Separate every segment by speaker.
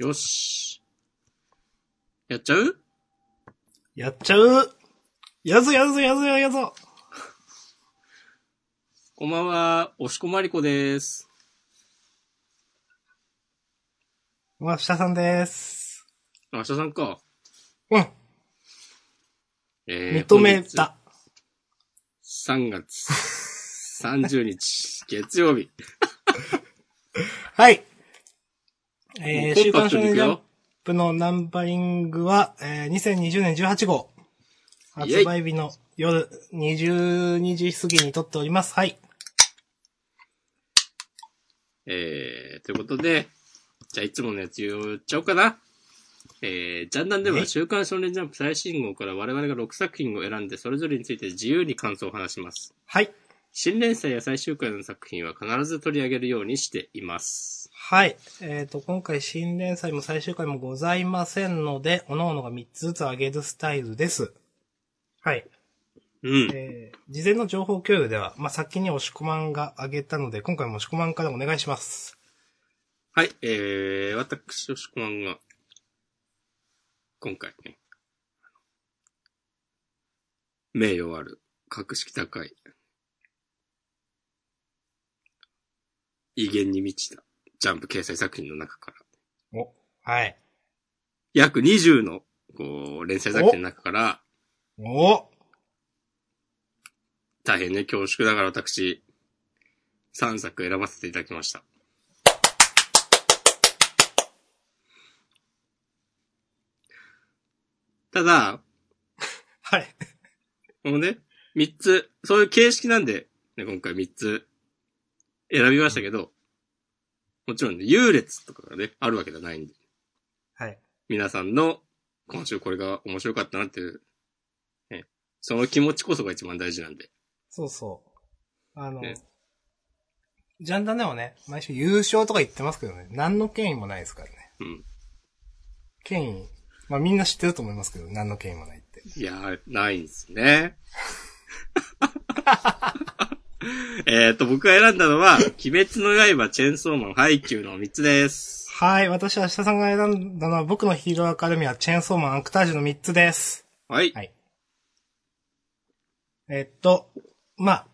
Speaker 1: よし。やっちゃう
Speaker 2: やっちゃうやぞやぞやぞやぞ
Speaker 1: こんばんは、押しこまりこです。
Speaker 2: まあ、下さんです。
Speaker 1: あ、明日さんか。
Speaker 2: うん、
Speaker 1: え
Speaker 2: 認めた。。
Speaker 1: 本日3月30日、 月曜日。
Speaker 2: はい。えー、
Speaker 1: もう
Speaker 2: 週
Speaker 1: コンパクト
Speaker 2: 刊少
Speaker 1: にいく
Speaker 2: 年ジャン
Speaker 1: よ。
Speaker 2: プのナンバリングは、えー、2020年18号。
Speaker 1: イェイ
Speaker 2: 発売日の夜22時過ぎに撮っております。はい。
Speaker 1: えー、ということで、じゃあいつものやつ言っちゃおうかな。えー、ジャンダンで
Speaker 2: は
Speaker 1: はい週刊少年ジャンプ最新号から我々が6作品を選んで、それぞれについて自由に感想を話します。
Speaker 2: はい。
Speaker 1: 新連載や最終回の作品は必ず取り上げるようにしています。
Speaker 2: はい。えっ、と、今回新連載も最終回もございませんので、各々が3つずつ上げるスタイルです。はい。
Speaker 1: うん。
Speaker 2: えー事前の情報共有では、まあ、先に押し込まんが上げたので、今回も押し込まんからお願いします。
Speaker 1: はい、えー、私、よしこまんが、今回ね、名誉ある、格式高い、威厳に満ちたジャンプ掲載作品の中から、
Speaker 2: お。はい。
Speaker 1: 約20の、こう、連載作品の中から、
Speaker 2: お
Speaker 1: 大変ね、恐縮ながら私、3作選ばせていただきました。ただ、
Speaker 2: はい。
Speaker 1: このね、3つ、そういう形式なんで、ね、今回3つ選びましたけど、もちろんね、優劣とかがね、あるわけじゃないんで、
Speaker 2: はい。
Speaker 1: 皆さんの今週これが面白かったなっていう、ね、その気持ちこそが一番大事なんで、
Speaker 2: そうそう。あの、
Speaker 1: ね
Speaker 2: ジャンダンでもね、毎週優勝とか言ってますけどね、何の権威もないですからね。
Speaker 1: うん。
Speaker 2: 権威、まあ、みんな知ってると思いますけど、何の権威もないって。
Speaker 1: いやー、ないんですね。えっと、僕が選んだのは、鬼滅の刃、チェーンソーマン、ハイキューの3つです。
Speaker 2: はい。私は下さんが選んだのは、僕のヒーローアカデミア、チェーンソーマン、アクタージュの3つです。
Speaker 1: はい。
Speaker 2: はい。えっと、まあ、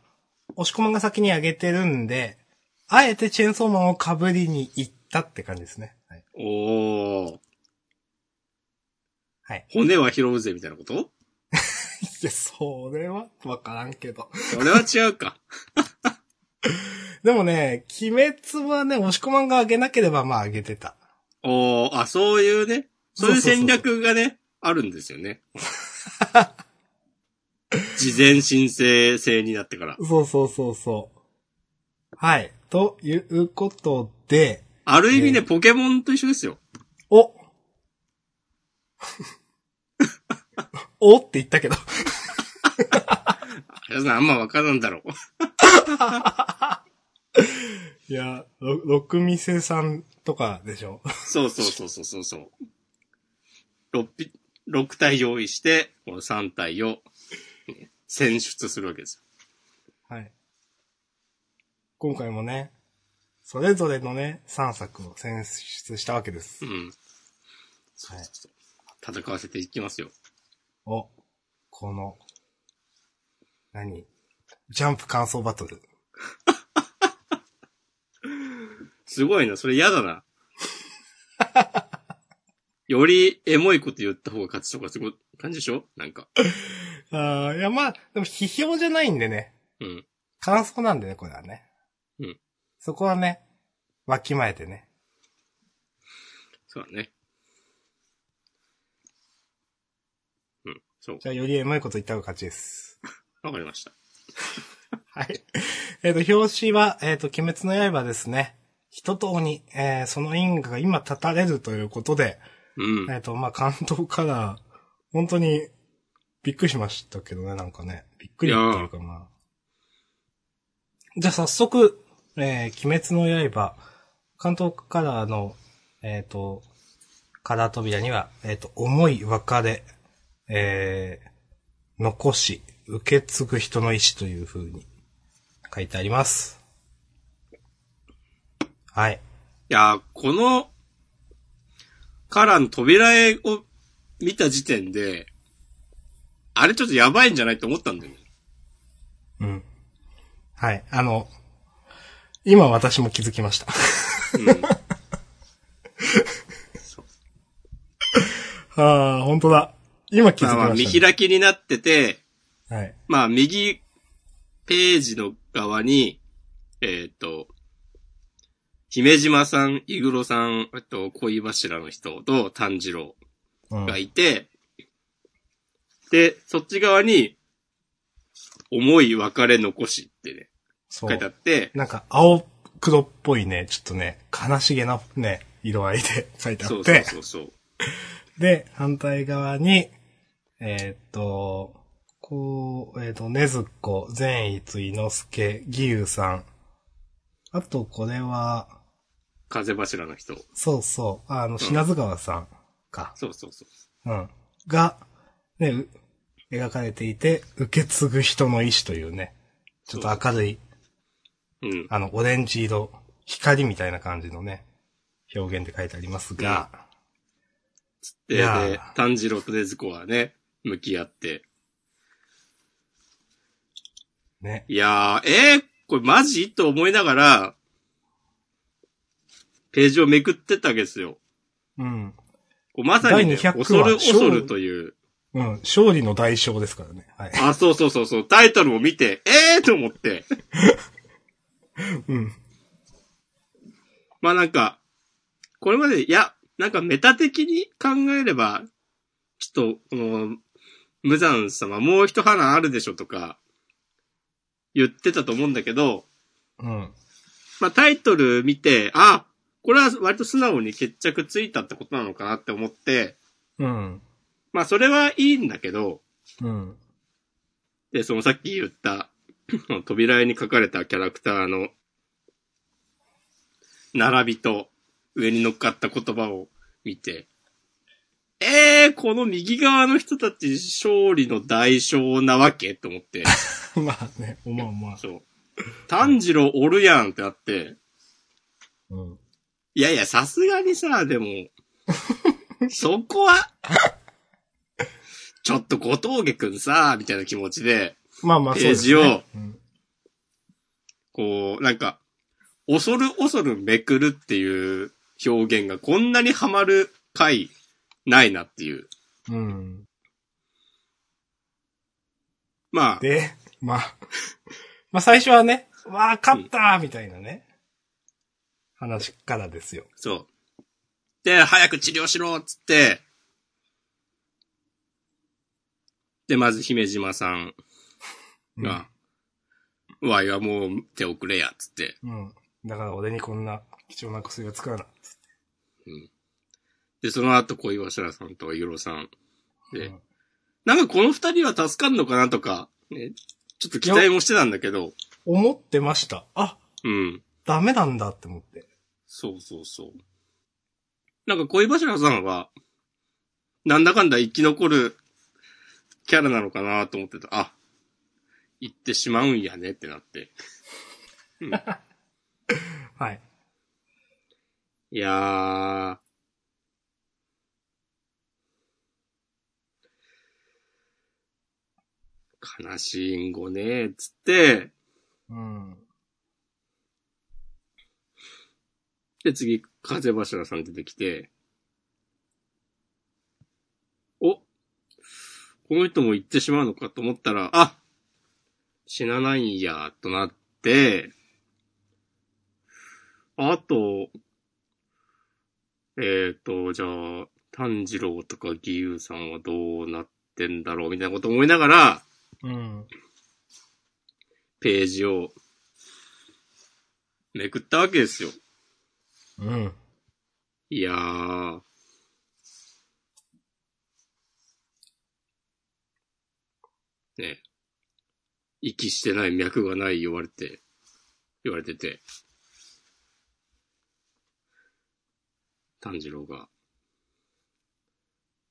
Speaker 2: 押し込まんが先に上げてるんで、あえてチェーンソーマンを被りに行ったって感じですね。はい。
Speaker 1: おー、
Speaker 2: はい。
Speaker 1: 骨は拾うぜ、みたいなこと
Speaker 2: いや、それはわからんけど。
Speaker 1: それは違うか。
Speaker 2: でもね、鬼滅はね、押し込まんが上げなければ、まあ上げてた。
Speaker 1: おー、あ、そういうね、そういう
Speaker 2: そうそうそう
Speaker 1: 戦略がね、あるんですよ ね。事前申請制になってから。
Speaker 2: そうそうそうそう。はい。ということで、
Speaker 1: ある意味ね、
Speaker 2: ね
Speaker 1: ポケモンと一緒ですよ。
Speaker 2: おおって言ったけど。
Speaker 1: あれさん、あんまわからんだろう。
Speaker 2: いや、ろ、六味瀬さんとかでしょ。
Speaker 1: そうそうそうそうそうそう。六匹、六体用意して、この三体をね選出するわけです
Speaker 2: はい。今回もね、それぞれのね、3作を選出したわけです。
Speaker 1: よ。うん。そうそうそう。戦わせていきますよ。
Speaker 2: お、この、何ジャンプ感想バトル。
Speaker 1: すごいな、それ嫌だな。よりエモいこと言った方が勝ちとかすごい感じでしょなんか。
Speaker 2: ああ、いや、まあ、でも批評じゃないんでね、
Speaker 1: うん。
Speaker 2: 感想なんでね、これはね。
Speaker 1: うん。
Speaker 2: そこはね、わきまえてね。
Speaker 1: そうだね。うん。そう。
Speaker 2: じゃあ、よりエモいこと言った方が勝ちです。
Speaker 1: わかりました。
Speaker 2: はい。えっ、と、表紙は、えっ、と、鬼滅の刃ですね。人と鬼、えー、その因果が今立たれるということで、
Speaker 1: うん。
Speaker 2: えっ、と、まあ、関東から、本当に、びっくりしましたけどね、なんかね。びっくりっていうかまあ。じゃあ早速、えー、鬼滅の刃、関東カラーの、えっ、と、カラー扉には、えっ、と、思い別れ、えー、残し、受け継ぐ人の意志という風に書いてあります。はい。
Speaker 1: いやー、この、からの扉絵を見た時点で、あれちょっとやばいんじゃないと思ったんだよね。
Speaker 2: うん。はい。あの、今私も気づきました。
Speaker 1: うん。
Speaker 2: ああ、本当だ。今気づ
Speaker 1: ま
Speaker 2: き
Speaker 1: あまあ
Speaker 2: ま
Speaker 1: 見
Speaker 2: した、ね。
Speaker 1: 開きになってて、
Speaker 2: はい。
Speaker 1: まあ右ページの側に、えっ、と、姫島さん、イグロさん、あと恋柱の人と炭治郎
Speaker 2: うん
Speaker 1: がいて、で、そっち側に、重い別れ残しってね、
Speaker 2: そ
Speaker 1: 書いてあ
Speaker 2: う。
Speaker 1: って、
Speaker 2: なんか、青黒っぽいね、ちょっとね、悲しげなね、色合い で書いてあって。
Speaker 1: そうそうそうそう。
Speaker 2: で、反対側に、えーっと、こう、えーっと、ねずっこ、善逸、伊之助、義勇さん。あと、これは、
Speaker 1: 風柱の人。
Speaker 2: そうそう、あの、品津川さんか。
Speaker 1: そうそうそう。
Speaker 2: うん。が、ね、う描かれていて、受け継ぐ人の意志というね、ちょっと明るい、
Speaker 1: うん。
Speaker 2: あの、オレンジ色、光みたいな感じのね、表現で書いてありますが、
Speaker 1: で、
Speaker 2: いやー
Speaker 1: で炭治郎と禰豆子はね、向き合って。
Speaker 2: ね。
Speaker 1: いやー、えー、これマジと思いながら、ページをめくってったわけですよ。
Speaker 2: うん。
Speaker 1: こうまさに、ね、
Speaker 2: 第200
Speaker 1: 恐る
Speaker 2: は
Speaker 1: 恐るという。
Speaker 2: うん。勝利の代償ですからね。はい。
Speaker 1: あ、そうそうそうそう、タイトルを見て、えーと思って。
Speaker 2: うん。
Speaker 1: まあなんか、これまで、いや、なんかメタ的に考えれば、ちょっと、この、無惨様もう一花あるでしょとか、言ってたと思うんだけど、
Speaker 2: うん。
Speaker 1: まあタイトル見て、あ、これは割と素直に決着ついたってことなのかなって思って、
Speaker 2: うん。
Speaker 1: まあそれはいいんだけど、
Speaker 2: うん。
Speaker 1: で、そのさっき言った、 その扉絵に書かれたキャラクターの、並びと、上に乗っかった言葉を見て、えー、この右側の人たち勝利の代償なわけと思って、
Speaker 2: まあね、まあまあ。
Speaker 1: そう。炭治郎おるやんってなって、
Speaker 2: うん。
Speaker 1: いやいや、さすがにさ、でも、そこは、ちょっと小峠くんさ、みたいな気持ちで、
Speaker 2: まあまあ、そう
Speaker 1: ペー
Speaker 2: です
Speaker 1: ジを、
Speaker 2: ね。うん
Speaker 1: こう、なんか、恐る恐るめくるっていう表現がこんなにハマる回ないなっていう。
Speaker 2: うん。
Speaker 1: まあ、
Speaker 2: で、まあ、まあ最初はね、わあ、勝ったーみたいなね、話からですよ。
Speaker 1: そう。で、早く治療しろっつって、で、まず姫島さん
Speaker 2: うん
Speaker 1: が、うわいはもう手遅れやっつって、
Speaker 2: うん。だから俺にこんな貴重な薬を使うな。
Speaker 1: で、その後恋柱さんとイグロさん。で、
Speaker 2: うん
Speaker 1: なんかこの二人は助かるのかなとか、ね、ちょっと期待もしてたんだけど、
Speaker 2: 思ってました。あ、
Speaker 1: うん。
Speaker 2: ダメなんだって思って。
Speaker 1: そうそうそう。なんか恋柱さんは、なんだかんだ生き残るキャラなのかなと思ってた。あ、行ってしまうんやねってなって。
Speaker 2: はい。
Speaker 1: いやー。悲しいんごねーっつって、
Speaker 2: うん。
Speaker 1: で、次、風柱さん出てきて、おこの人も行ってしまうのかと思ったら、あ死なないんや、となって、あと、えっ、と、じゃあ、炭治郎とか義勇さんはどうなってんだろう、みたいなこと思いながら、
Speaker 2: うん。
Speaker 1: ページを、めくったわけですよ。
Speaker 2: うん。
Speaker 1: いやー。ね息してない脈がない言われて、言われてて。炭治郎が。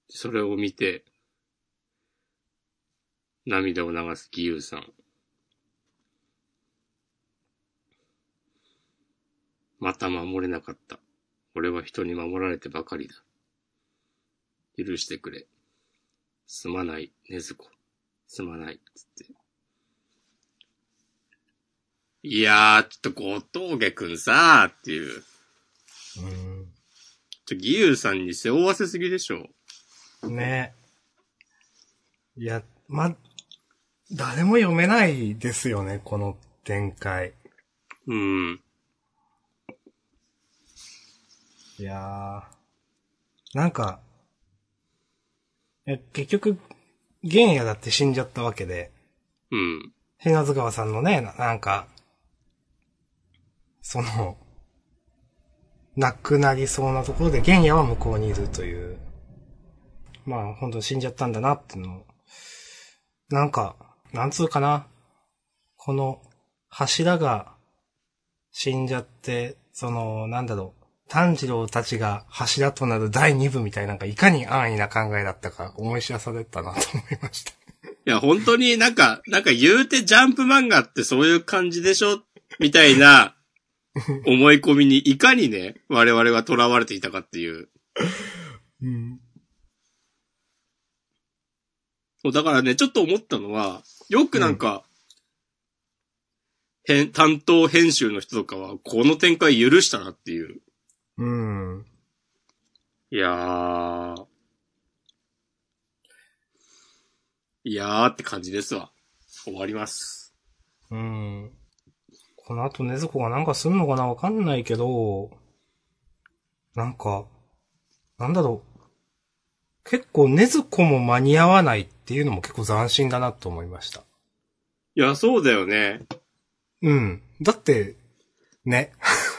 Speaker 1: それを見て、涙を流す義勇さん。また守れなかった。俺は人に守られてばかりだ。許してくれ。すまない、ねずこ。すまない、つって。いやー、ちょっと小峠くんさーっていう。ちょ、義勇さんに背負わせすぎでしょ。
Speaker 2: うん。ねいや、ま、誰も読めないですよね、この展開。
Speaker 1: うん。
Speaker 2: いやー。なんか、え結局、玄也だって死んじゃったわけで、
Speaker 1: うん。
Speaker 2: 品津川さんのね、ななんか、その、亡くなりそうなところで玄也は向こうにいるという、まあ本当に死んじゃったんだなっていうのを、なんか、なんつうかな、この柱が死んじゃって、その、なんだろう、炭治郎たちが柱となる第二部みたいな、なんかいかに安易な考えだったか思い知らされたなと思いました。
Speaker 1: いや、本当になんか、なんか言うてジャンプ漫画ってそういう感じでしょみたいな思い込みにいかにね、我々が囚われていたかっていう。
Speaker 2: うん。
Speaker 1: そう、だからね、ちょっと思ったのは、よくなんか、編担当編集の人とかは、この展開許したなっていう。
Speaker 2: うん。
Speaker 1: いやー。いやーって感じですわ。終わります。
Speaker 2: うん。この後、ねずこがなんかすんのかなわかんないけど、なんか、なんだろう。結構、ねずこも間に合わないっていうのも結構斬新だなと思いました。
Speaker 1: いや、そうだよね。
Speaker 2: うん。だって、ね。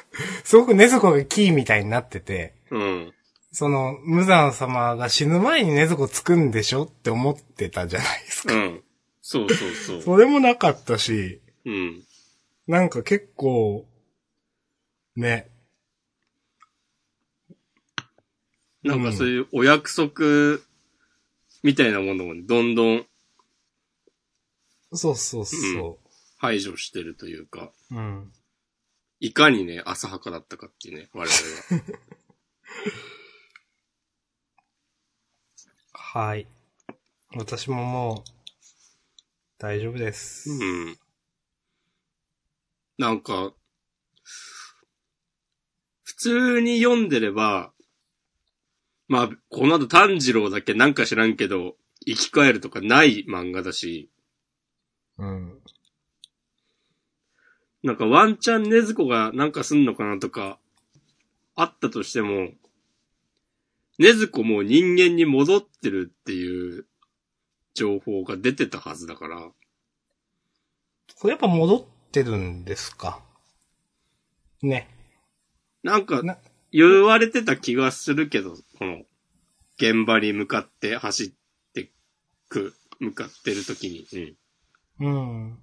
Speaker 2: すごくねずこがキーみたいになってて、
Speaker 1: うん。
Speaker 2: その、無惨様が死ぬ前にねずこつくんでしょって思ってたじゃないです
Speaker 1: う
Speaker 2: か。
Speaker 1: ん。そうそうそう。
Speaker 2: それもなかったし、
Speaker 1: うん。
Speaker 2: なんか結構、ね。
Speaker 1: なんかそういうお約束みたいなものをねどんどん
Speaker 2: そうそうそう。
Speaker 1: 排除してるというか、
Speaker 2: うん。
Speaker 1: いかにね、浅はかだったかっていうね、我々は。
Speaker 2: はい。私ももう、大丈夫です。
Speaker 1: うん。なんか、普通に読んでれば、まあ、この後炭治郎だけなんか知らんけど、生き返るとかない漫画だし、
Speaker 2: うん。
Speaker 1: なんかワンチャンねずこがなんかすんのかなとか、あったとしても、ねずこもう人間に戻ってるっていう情報が出てたはずだから、
Speaker 2: これやっぱ戻ってるんですかね。
Speaker 1: なんか
Speaker 2: な
Speaker 1: 言われてた気がするけど、この、現場に向かって走ってく、向かってる時に。うん。
Speaker 2: うん。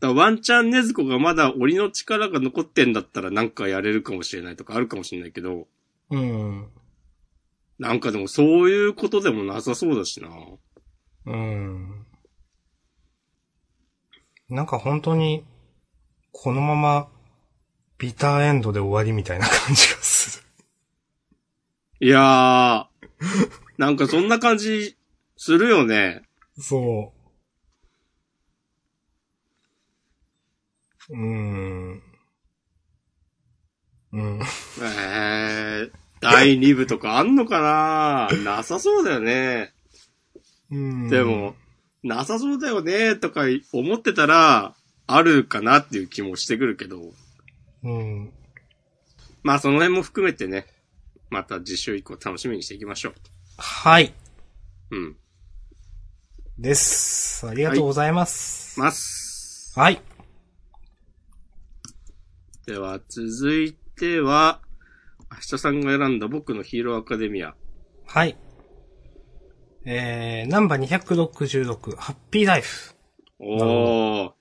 Speaker 1: だからワンチャンねずこがまだ檻の力が残ってんだったらなんかやれるかもしれないとかあるかもしれないけど、
Speaker 2: うん。
Speaker 1: なんかでもそういうことでもなさそうだしな。
Speaker 2: うん。なんか本当に、このまま、ビターエンドで終わりみたいな感じがする。
Speaker 1: いやー、 なんかそんな感じするよね。
Speaker 2: そう。うーん。うん。
Speaker 1: えー、第2部とかあんのかななさそうだよね。
Speaker 2: うん。
Speaker 1: でも、なさそうだよねとか思ってたら、あるかなっていう気もしてくるけど、
Speaker 2: うん。
Speaker 1: まあその辺も含めてね、また次週以降楽しみにしていきましょ
Speaker 2: はい。
Speaker 1: う。うん。
Speaker 2: です。ありがとうございます。
Speaker 1: ます。
Speaker 2: はい。
Speaker 1: では、続いては、明日さんが選んだ僕のヒーローアカデミア。
Speaker 2: はい。えー、ナンバー266、ハッピーライフ。
Speaker 1: お
Speaker 2: なる
Speaker 1: ー。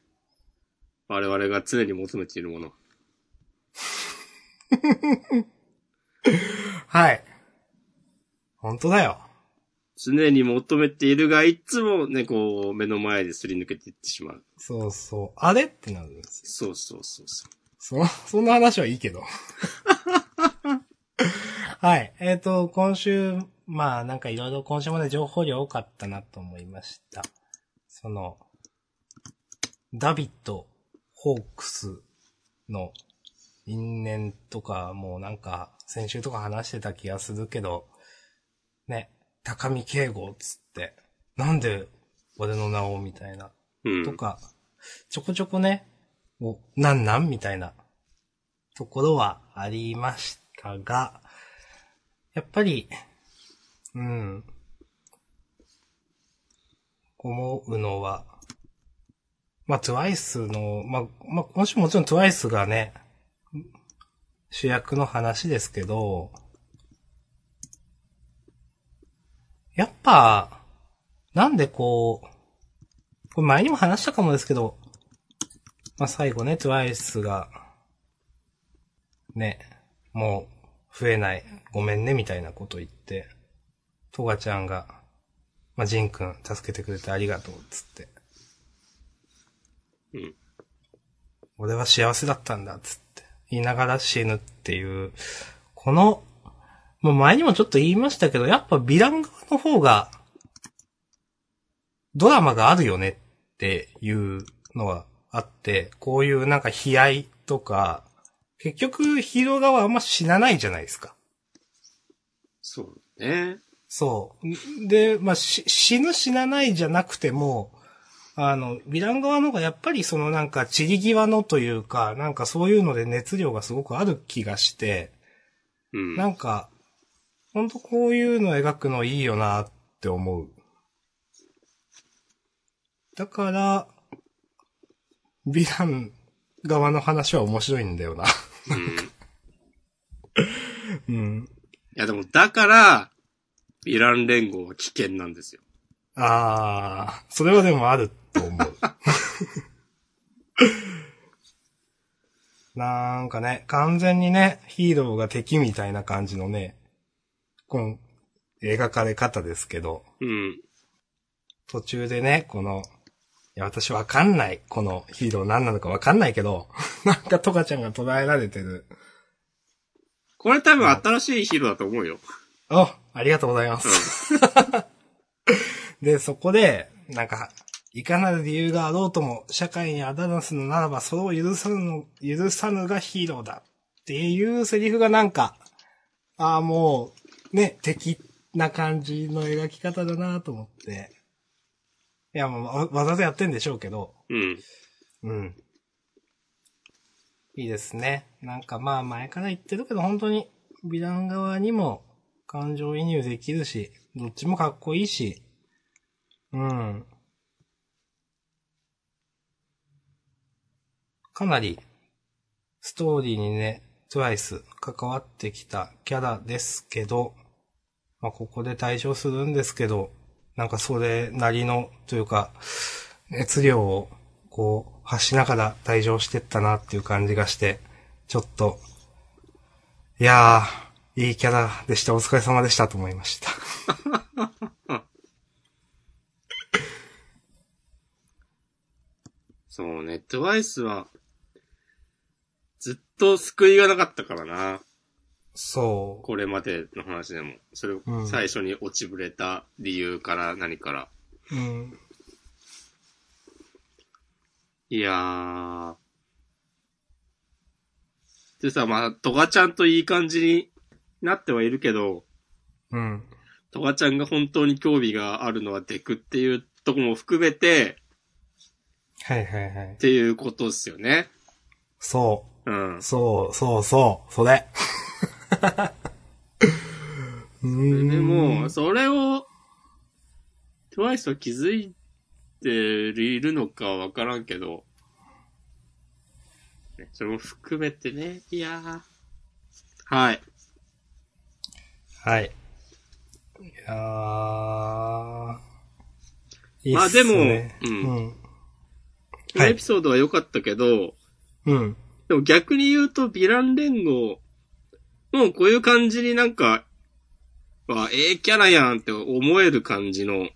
Speaker 1: 我々が常に求めているもの。
Speaker 2: はい。本当だよ。
Speaker 1: 常に求めているが、いつもね、こう、目の前ですり抜けていってしまう。
Speaker 2: そうそう。あれってなるんです。
Speaker 1: そうそうそうそう。
Speaker 2: そ、そんな話はいいけど。はい。えっ、と、今週、まあ、なんかいろいろ今週まで情報量多かったなと思いました。その、ダビット、ホークスの因縁とか、もうなんか、先週とか話してた気がするけど、ね、高見敬吾っつって、なんで俺の名をみたいな。
Speaker 1: うん。
Speaker 2: とか、ちょこちょこね、お、なんなんみたいなところはありましたが、やっぱり、うん、思うのは、まあ、トゥワイスの、まあ、まあ、今週もちろんトゥワイスがね、主役の話ですけど、やっぱ、なんでこう、これ前にも話したかもですけど、まあ、最後ね、TWICE が、ね、もう、増えない、ごめんね、みたいなこと言って、トガちゃんが、まあ、ジンくん、助けてくれてありがとう、つって。
Speaker 1: うん。
Speaker 2: 俺は幸せだったんだ、つって。言いながら死ぬっていう、この、もう前にもちょっと言いましたけど、やっぱヴィラン側の方が、ドラマがあるよねっていうのはあって、こういうなんか悲哀とか、結局ヒーロー側はあんま死なないじゃないですか。
Speaker 1: そうね。
Speaker 2: そう。んで、まあ、し死ぬ死なないじゃなくても、あの、ヴィラン側の方がやっぱりそのなんか散り際のというか、なんかそういうので熱量がすごくある気がして、
Speaker 1: うん。
Speaker 2: なんか、ほんとこういうの描くのいいよなって思う。だから、ヴィラン側の話は面白いんだよな。
Speaker 1: うん。い
Speaker 2: うん。
Speaker 1: やでも、だから、イラン連合は危険なんですよ。
Speaker 2: ああ、それはでもあると思う。なんかね、完全にね、ヒーローが敵みたいな感じのね、この、描かれ方ですけど、
Speaker 1: うん。
Speaker 2: 途中でね、この、いや、私わかんない。このヒーロー何なのかわかんないけど、 なんかトカちゃんが捉えられてる。
Speaker 1: これ多分新しいヒーローだと思うよ。
Speaker 2: あ、ありがとうございます。 で、そこで、なんか、いかなる理由があろうとも、社会にアダナスのならば、それを許さぬの、許さぬがヒーローだ。っていうセリフがなんか、ああ、もう、ね、敵な感じの描き方だなと思って。いや、もうわ、わざとやってんでしょうけど。
Speaker 1: うん。
Speaker 2: うん。いいですね。なんかまあ前から言ってるけど、本当に、ヴィラン側にも感情移入できるし、どっちもかっこいいし、うん。かなり、ストーリーにね、TWICE 関わってきたキャラですけど、まあここで対処するんですけど、なんかそれなりの、というか、熱量を、こう、発しながら退場してったなっていう感じがして、ちょっと、いやー、いいキャラでした、お疲れ様でしたと思いました。
Speaker 1: そうね。トワイスは、ずっと救いがなかったからな。
Speaker 2: そ
Speaker 1: これまでの話でも。それを
Speaker 2: うん
Speaker 1: 最初に落ちぶれた理由から何から。
Speaker 2: う。うん。
Speaker 1: いやー。でさ、まあ、トガちゃんといい感じになってはいるけど、
Speaker 2: うん。
Speaker 1: トガちゃんが本当に興味があるのはデクっていうとこも含めて、
Speaker 2: はいはいはい
Speaker 1: っ。ていうことですよね。
Speaker 2: そ
Speaker 1: うん
Speaker 2: う、。そう、そう、そう、それ。う
Speaker 1: で
Speaker 2: ーん。
Speaker 1: も、それを、TWICE は気づいているのかわからんけど、ねそれも含めてね、いやー。はい。
Speaker 2: はい。いやー。いい
Speaker 1: まあ
Speaker 2: っす
Speaker 1: でも
Speaker 2: ね
Speaker 1: うん
Speaker 2: うん。
Speaker 1: この
Speaker 2: はい
Speaker 1: エピソードは良かったけど、
Speaker 2: うん。
Speaker 1: でも逆に言うと、ヴィラン連合、もうこういう感じになんか、わ、ええキャラやんって思える感じの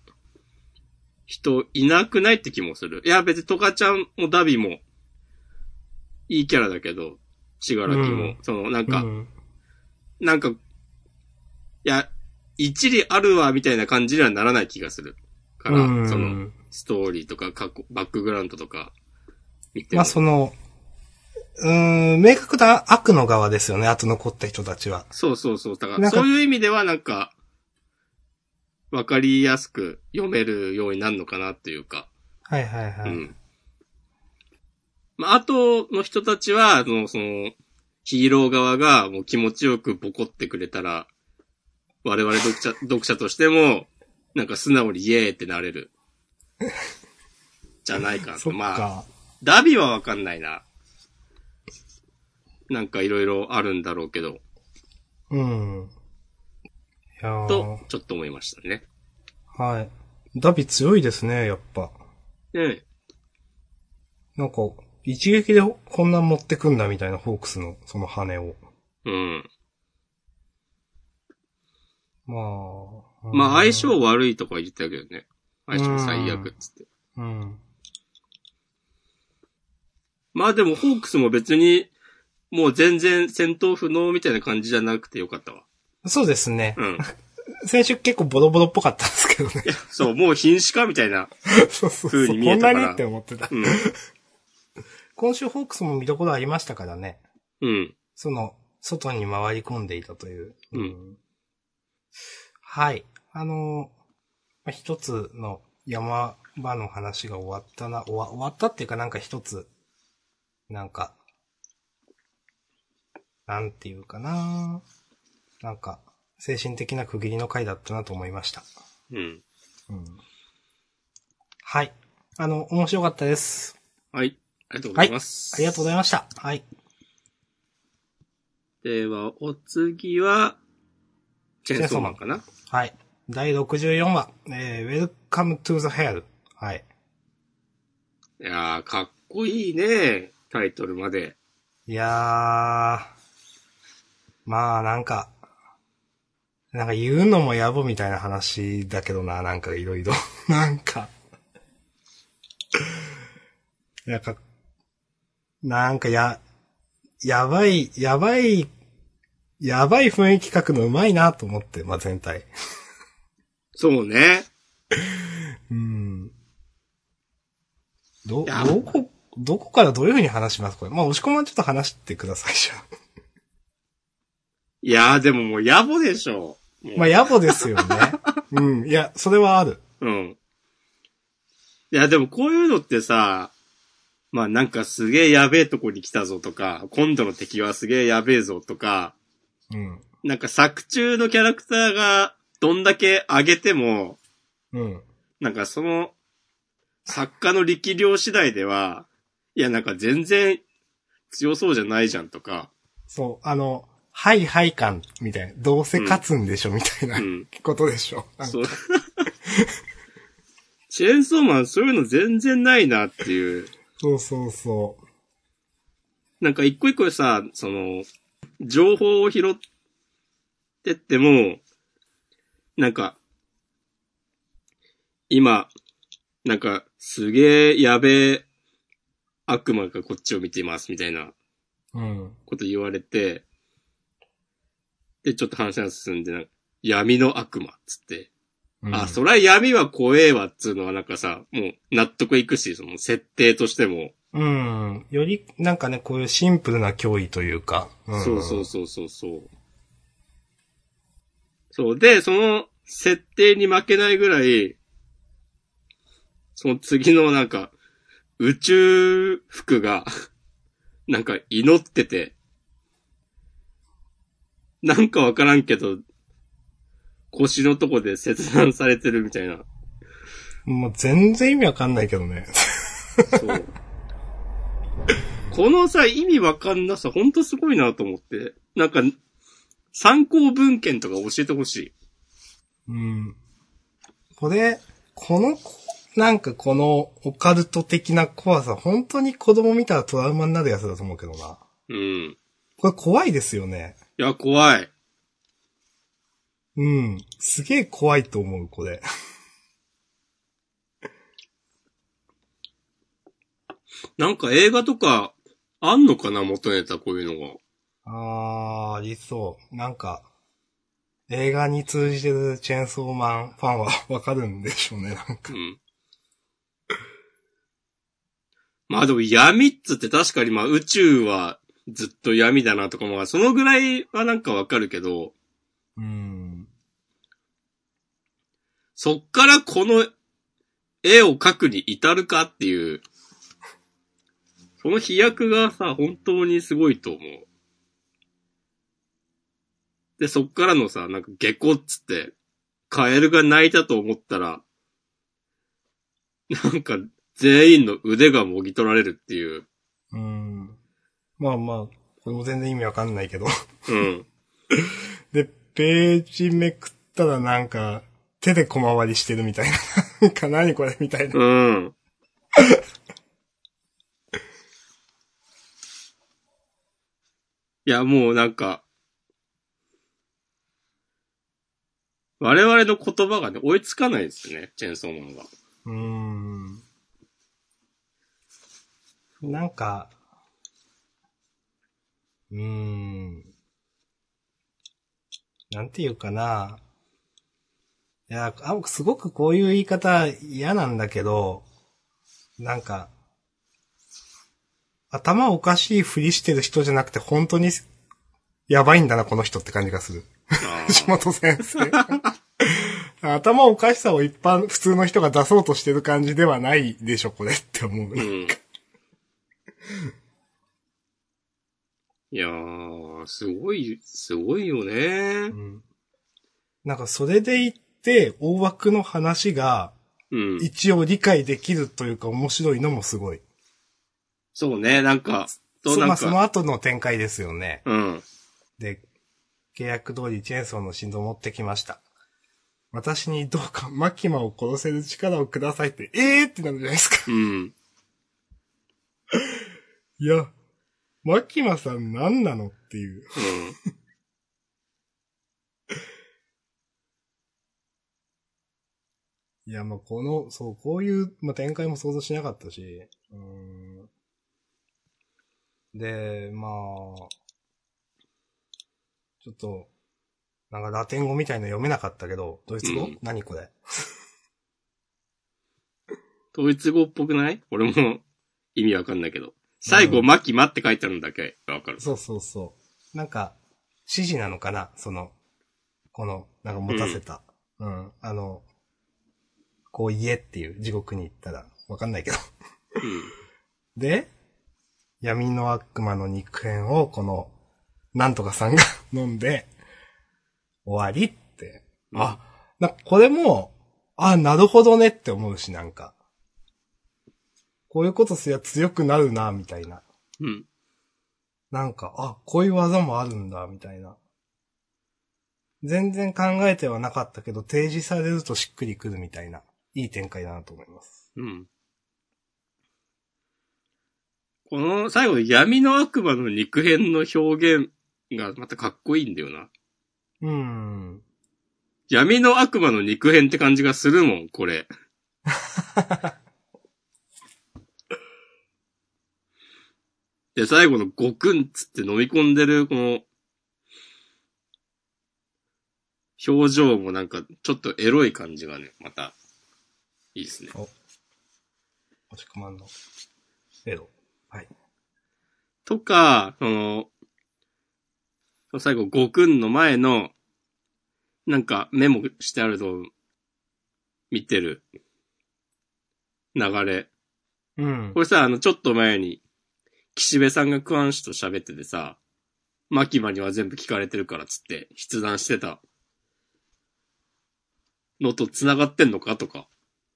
Speaker 1: 人いなくないって気もする。いや、別にトカちゃんもダビも、いいキャラだけど、シガラキも、
Speaker 2: うん
Speaker 1: その、なんか、
Speaker 2: うん
Speaker 1: なんか、いや、一理あるわ、みたいな感じにはならない気がする。から、
Speaker 2: うん
Speaker 1: その、ストーリーとか、過去、バックグラウンドとか、見ても。
Speaker 2: まあその、うーん、明確な悪の側ですよね、あと残った人たちは。
Speaker 1: そうそうそう。だから、
Speaker 2: なんか
Speaker 1: そういう意味ではなんか、わかりやすく読めるようになるのかなっていうか。
Speaker 2: はいはいはい。
Speaker 1: うん。まあ、後の人たちは、その、その、ヒーロー側がもう気持ちよくボコってくれたら、我々読者、 読者としても、なんか素直にイエーってなれる。じゃないか と。
Speaker 2: そっか。
Speaker 1: まあ、ダビはわかんないな。なんかいろいろあるんだろうけど、
Speaker 2: うん。いやー
Speaker 1: と、ちょっと思いましたね。
Speaker 2: はい。ダビ強いですね、やっぱ。
Speaker 1: ね
Speaker 2: なんか、一撃でこんなん持ってくんだみたいな、ホークスのその羽を。
Speaker 1: うん。
Speaker 2: まあ。うん
Speaker 1: まあ相。性悪いとか言ってたけどね。相性最悪っつって。
Speaker 2: うん。
Speaker 1: まあでもホークスも別に、もう全然戦闘不能みたいな感じじゃなくてよかったわ。
Speaker 2: そうですね
Speaker 1: う。 ん。
Speaker 2: 先週結構ボロボロっぽかったんですけどね。
Speaker 1: そう、もう瀕死かみたいな。
Speaker 2: そうそう
Speaker 1: 風
Speaker 2: そ
Speaker 1: に
Speaker 2: う。
Speaker 1: 見え
Speaker 2: こん
Speaker 1: たか
Speaker 2: な
Speaker 1: ら
Speaker 2: にって思ってた。
Speaker 1: うん。
Speaker 2: 今週ホークスも見どころありましたからね。
Speaker 1: うん。
Speaker 2: その、外に回り込んでいたという。
Speaker 1: うん
Speaker 2: はい。あのーまあ一つの山場の話が終わったな、終わ終わったっていうかなんか一つ、なんか、なんていうかななんか、精神的な区切りの回だったなと思いました。
Speaker 1: うん。
Speaker 2: うんはい。あの、面白かったです。
Speaker 1: はい。ありがとうございます。
Speaker 2: ありがとうござ
Speaker 1: い
Speaker 2: いました。はい。
Speaker 1: ます。では、お次は、チェーンソーマンかな
Speaker 2: はい。第64話、えー、Welcome to the Hell。はい。
Speaker 1: いやー、かっこいいね。タイトルまで。
Speaker 2: いやー、まあなんか、なんか言うのも野暮みたいな話だけどな、なんかいろいろ。 なんか。なんか、なんかや、やばい、やばい、やばい雰囲気書くのうまいなと思って、まあ全体。
Speaker 1: そうね。
Speaker 2: うん。ど、
Speaker 1: いや
Speaker 2: どこ、どこからどういうふうに話しますこれ。まあ、押し込まんちょっと話してください、じゃあ。
Speaker 1: いやー、でももう野暮でしょ。もう
Speaker 2: まあ、野暮で すよね。うん。いや、それはある。
Speaker 1: うん。いや、でもこういうのってさ、まあなんかすげえやべえとこに来たぞとか、今度の敵はすげえやべえぞとか、
Speaker 2: うん。
Speaker 1: なんか作中のキャラクターがどんだけ上げても、
Speaker 2: うん。
Speaker 1: なんかその作家の力量次第では、いやなんか全然強そうじゃないじゃんとか、
Speaker 2: そう、あの、はいはい感、みたいな。どうせ勝つんでしょ、みたいな
Speaker 1: うん。
Speaker 2: ことでしょ。なんか
Speaker 1: そう。 チェーンソーマンそういうの全然ないなっていう。
Speaker 2: そうそうそ
Speaker 1: なんか一個一個さ、その、情報を拾ってっても、なんか、今、なんか、すげえやべえ悪魔がこっちを見ていますみたいな
Speaker 2: う。うん。
Speaker 1: こと言われて、で、ちょっと話が進んで、なんか闇の悪魔っつって、
Speaker 2: うん
Speaker 1: あ、そりゃ闇は怖えわっつうのはなんかさ、もう納得いくし、その設定としても、
Speaker 2: うん。より、なんかね、こういうシンプルな脅威というか。ん
Speaker 1: そうそうそうそうそう。そう。で、その設定に負けないぐらい、その次のなんか、宇宙服が、 なんか祈ってて、なんかわからんけど、腰のとこで切断されてるみたいな。
Speaker 2: もう全然意味わかんないけどね。
Speaker 1: そう。このさ、意味わかんなさ、ほんとすごいなと思って。なんか、参考文献とか教えてほしい。
Speaker 2: うん。これ、この、なんかこのオカルト的な怖さ、本当に子供見たらトラウマになるやつだと思うけどな。
Speaker 1: うん。
Speaker 2: これ怖いですよね。
Speaker 1: いや、怖い。
Speaker 2: うん。すげえ怖いと思う、これ。
Speaker 1: なんか映画とか、あんのかな元ネタこういうのが。
Speaker 2: あー、ありそう。なんか、映画に通じてるチェーンソーマンファンはわかるんでしょうね、なん
Speaker 1: う
Speaker 2: か。
Speaker 1: ん。まあでも闇っつって確かにまあ宇宙はずっと闇だなとかまあそのぐらいはなんかわかるけど、
Speaker 2: うん。
Speaker 1: そっからこの絵を描くに至るかっていう、その飛躍がさ、本当にすごいと思う。で、そっからのさ、なんか下戸っつって、カエルが泣いたと思ったら、なんか全員の腕がもぎ取られるっていう。
Speaker 2: うん。まあまあ、これも全然意味わかんないけど。
Speaker 1: うん。
Speaker 2: で、ページめくったらなんか、手で小回りしてるみたいな。なんか何これみたいな。
Speaker 1: うん。いや、もうなんか、我々の言葉がね、追いつかないですね、チェーンソーマンは。
Speaker 2: うん。なんか、うーん。なんていうかな。いや、あ僕すごくこういう言い方嫌なんだけど、なんか、頭おかしいふりしてる人じゃなくて本当にやばいんだな、この人って感じがする。
Speaker 1: あ
Speaker 2: 橋本先生。頭おかしさを一般、普通の人が出そうとしてる感じではないでしょ、これって思
Speaker 1: ー
Speaker 2: う
Speaker 1: う
Speaker 2: ね。
Speaker 1: ん。いやー、すごい、すごいよね
Speaker 2: う。んなんかそれで言って、大枠の話が
Speaker 1: うん。
Speaker 2: 一応理解できるというか面白いのもすごい。
Speaker 1: そうね、なんか、と
Speaker 2: そ
Speaker 1: なん
Speaker 2: まあその
Speaker 1: か、
Speaker 2: 後の展開ですよね。
Speaker 1: うん。
Speaker 2: で、契約通りチェーンソーの振動を持ってきました。私にどうかマキマを殺せる力をくださいって、えーってなるじゃないですか。
Speaker 1: うん。
Speaker 2: いや、マキマさん何なのっていう。
Speaker 1: うん。
Speaker 2: いや、まあ、この、そう、こういう、まあ、展開も想像しなかったし、うーん。で、まあ、ちょっと、なんかラテン語みたいなの読めなかったけど、ドイツ
Speaker 1: う
Speaker 2: 語、
Speaker 1: ん
Speaker 2: 何これ
Speaker 1: 統一語っぽくない俺も意味わかんないけど。最後、マキマって書いてあるんだけわかる。
Speaker 2: そうそうそう。なんか、指示なのかなその、この、なんか持たせた。うん、あの、こう言えっていう、地獄に行ったら、わかんないけど。で、闇の悪魔の肉片をこの、なんとかさんが 飲んで、終わりって。
Speaker 1: うん。
Speaker 2: あ、、なんかこれも、あ、なるほどねって思うし、なんか。こういうことすりゃ強くなるな、みたいな。
Speaker 1: うん。
Speaker 2: なんか、あ、こういう技もあるんだ、みたいな。全然考えてはなかったけど、提示されるとしっくりくるみたいな、いい展開だなと思います。
Speaker 1: うん。この、最後、闇の悪魔の肉片の表現がまたかっこいいんだよな。
Speaker 2: うーん。
Speaker 1: 闇の悪魔の肉片って感じがするもん、これ。で、最後のゴクンっつって飲み込んでる、この、表情もなんか、ちょっとエロい感じがね、また、いいですね。
Speaker 2: おしくまんの。エロ。はい。
Speaker 1: とか、その、その最後、ゴクンの前の、なんかメモしてあるのを見てる流れ。
Speaker 2: うん
Speaker 1: こ。れさ、あの、ちょっと前に、岸辺さんがクワン氏と喋っててさ、マキマには全部聞かれてるからっつって、筆談してたのと繋がってんのかとか。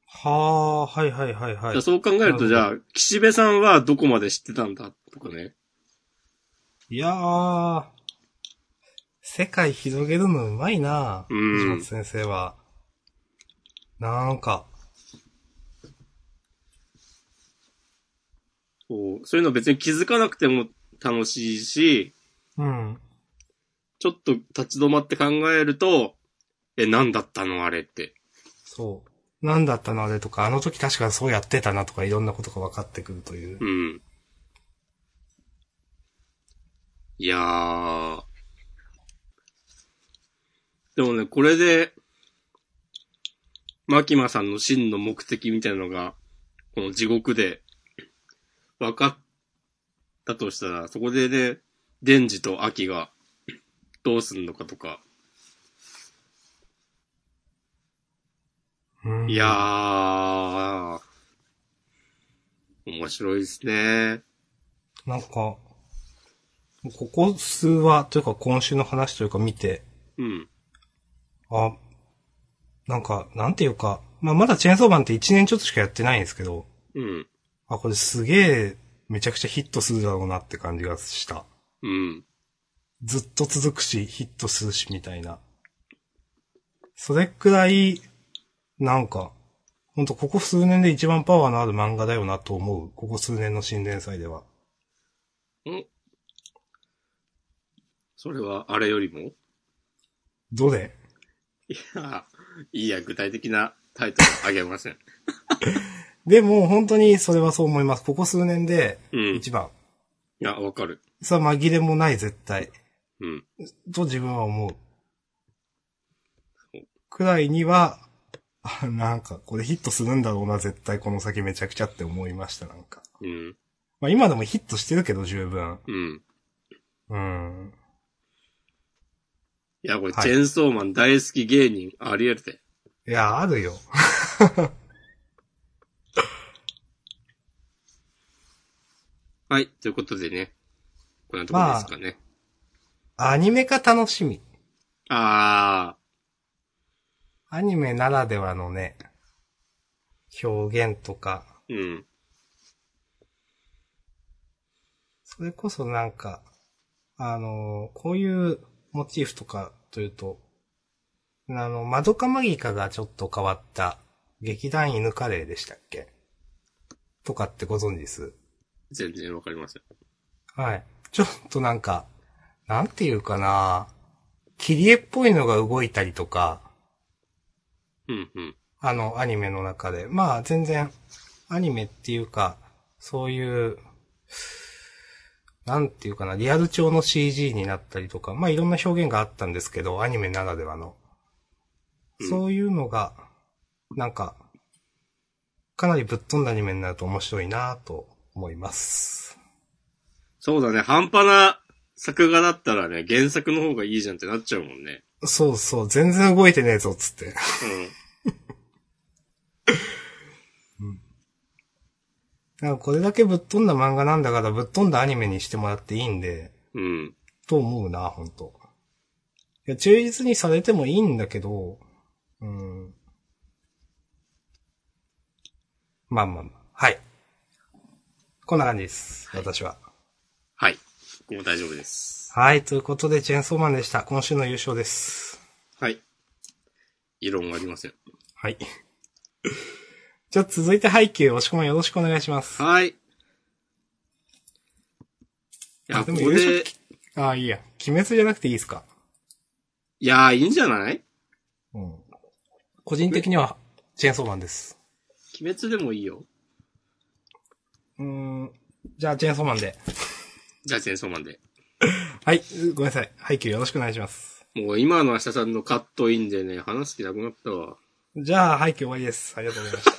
Speaker 2: はあ、はいはいはいは
Speaker 1: じゃあ
Speaker 2: い。
Speaker 1: そう考えると、じ
Speaker 2: な
Speaker 1: ゃあ、岸辺さんはどこまで知ってたんだとかね。
Speaker 2: いやー、世界広げるのうまいな
Speaker 1: うん
Speaker 2: 藤本先生は。なんか、
Speaker 1: こう、そういうの別に気づかなくても楽しいし、
Speaker 2: うん。
Speaker 1: ちょっと立ち止まって考えると、え、なんだったのあれって。
Speaker 2: そう。なんだったのあれとか、あの時確かそうやってたなとか、いろんなことが分かってくるという
Speaker 1: う。ん。いやー。でもね、これで、マキマさんの真の目的みたいなのが、この地獄で、分かったとしたら、そこでね、デンジとアキが、どうすんのかとか。
Speaker 2: うん
Speaker 1: いやー、面白いですね。
Speaker 2: なんか、ここ数話というか今週の話というか見て、
Speaker 1: うん。
Speaker 2: あ、なんか、なんていうか、まあ、まだチェーンソーマンって1年ちょっとしかやってないんですけど、
Speaker 1: うん。
Speaker 2: あ、これすげえ、めちゃくちゃヒットするだろうなって感じがした。
Speaker 1: うん。
Speaker 2: ずっと続くし、ヒットするし、みたいな。それくらい、なんか、ほんとここ数年で一番パワーのある漫画だよなと思う。ここ数年の新連載では。
Speaker 1: それは、あれよりも
Speaker 2: どれ
Speaker 1: いやー、 いいや、具体的なタイトルあげません。
Speaker 2: でも、本当にそれはそう思います。ここ数年で、
Speaker 1: うん。い
Speaker 2: 一番。
Speaker 1: や、わかる。
Speaker 2: さあ、紛れもない、絶対。
Speaker 1: うん。
Speaker 2: と自分は思う。くらいには、あなんか、これヒットするんだろうな、絶対この先めちゃくちゃって思いました、なんか。
Speaker 1: うん。
Speaker 2: まあ今でもヒットしてるけど、十分。
Speaker 1: うん。
Speaker 2: うん。
Speaker 1: いや、これ、
Speaker 2: はい
Speaker 1: チェーンソーマン大好き芸人、ありえるで。
Speaker 2: いや、あるよ。
Speaker 1: はい、ということでね。こんなところですかね。
Speaker 2: アニメ化楽しみ。
Speaker 1: あ
Speaker 2: アニメならではのね、表現とか、
Speaker 1: ー、うん。
Speaker 2: それこそなんか、あのーこういうモチーフとかというと、あの、マドカマギカがちょっと変わった劇団犬カレーでしたっけとかってご存知です
Speaker 1: 全然わかりません。
Speaker 2: はい。ちょっとなんか、なんていうかな切り絵っぽいのが動いたりとか、
Speaker 1: うん、うん。
Speaker 2: あの、アニメの中で。まあ、全然、アニメっていうか、そういう、なんていうかな、リアル調の CG になったりとか、まあ、いろんな表現があったんですけど、アニメならでは
Speaker 1: う
Speaker 2: の。
Speaker 1: ん
Speaker 2: そういうのが、なんか、かなりぶっ飛んだアニメになると面白いなと思います。
Speaker 1: そうだね、半端な作画だったらね、原作の方がいいじゃんってなっちゃうもんね。
Speaker 2: そうそう、全然動いてねえぞ、つって。なんかこれだけぶっ飛んだ漫画なんだから、ぶっ飛んだアニメにしてもらっていいんで、
Speaker 1: うん。うん。
Speaker 2: と思うな、本当いや、忠実にされてもいいんだけど、うん。まあまあまあ。はい。こんな感じです。私は。
Speaker 1: はい。もう大丈夫です。
Speaker 2: はい。ということで、チェーンソーマンでした。今週の優勝です。
Speaker 1: はい。異論がありません。
Speaker 2: はい。 じゃあ、続いて背景、押し込みよろしくお願いします。
Speaker 1: はい。い
Speaker 2: あ
Speaker 1: や、こ
Speaker 2: でも
Speaker 1: こで、
Speaker 2: ああ、いいや。鬼滅じゃなくていいですか
Speaker 1: いやー、いいんじゃない
Speaker 2: うん。個人的には、チェーンソーマンです。
Speaker 1: 鬼滅でもいいよ。
Speaker 2: うん。じゃあ、チェーンソーマンで。
Speaker 1: じゃあ、チェーンソーマンで。
Speaker 2: はい。ごめんなさい。背景よろしくお願いします。
Speaker 1: もう今の明日さんのカットインでね、話す気なくなったわ。
Speaker 2: じゃあ、背景終わりです。ありがとうございました。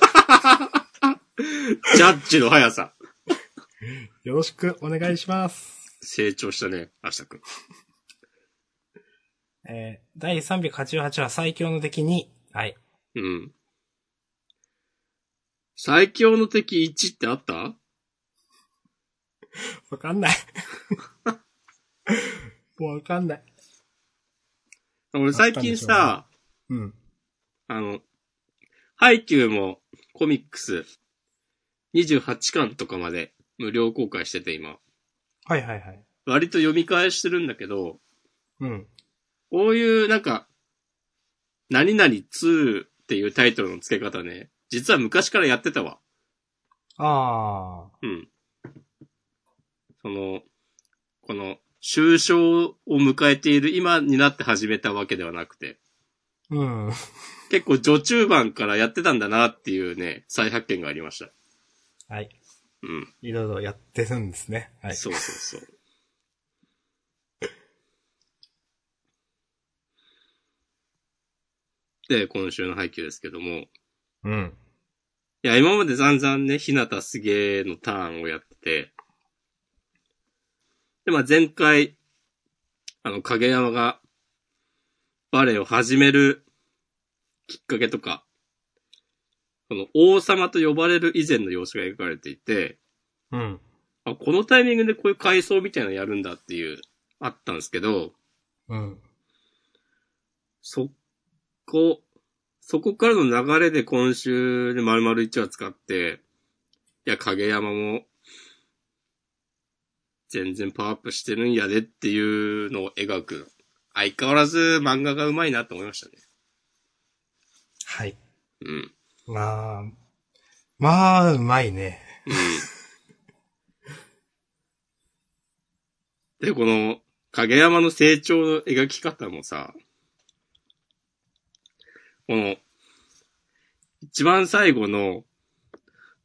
Speaker 1: ジャッジの速さ。
Speaker 2: よろしくお願いします。
Speaker 1: 成長したね、明日くん。
Speaker 2: えー、第388話最強の敵に、はい。
Speaker 1: うん。最強の敵1ってあった
Speaker 2: わかんない。もうわかんない。
Speaker 1: 俺最近さ、
Speaker 2: うん。
Speaker 1: あの、ハイキューもコミックス28巻とかまで無料公開してて今。
Speaker 2: はいはいはい。
Speaker 1: 割と読み返してるんだけど、
Speaker 2: うん。
Speaker 1: こういうなんか、何々2っていうタイトルの付け方ね、実は昔からやってたわ。
Speaker 2: あ
Speaker 1: うん。その、この、終章を迎えている今になって始めたわけではなくて、
Speaker 2: ー。うん。
Speaker 1: 結構序中盤からやってたんだなっていうね、再発見がありました。
Speaker 2: はい。
Speaker 1: うん。
Speaker 2: いろいろやってるんですね。はい。
Speaker 1: そうそうそう。 って、今週の配給ですけども。
Speaker 2: うん。
Speaker 1: いや、今まで散々ね、ひなたすげーのターンをやってて。で、まあ前回、あの、影山が、バレエを始めるきっかけとか、その、王様と呼ばれる以前の様子が描かれていて、
Speaker 2: うん。
Speaker 1: あ、このタイミングでこういう回想みたいなのやるんだっていう、あったんですけど、
Speaker 2: うん。
Speaker 1: そこ、そこからの流れで今週で丸々1話使って、いや、影山も、全然パワーアップしてるんやでっていうのを描く。相変わらず漫画が上手いなと思いましたね。
Speaker 2: はい。
Speaker 1: うん。うん。
Speaker 2: まあ、まあ、うまいね。
Speaker 1: で、この、影山の成長の描き方もさ、この、一番最後の、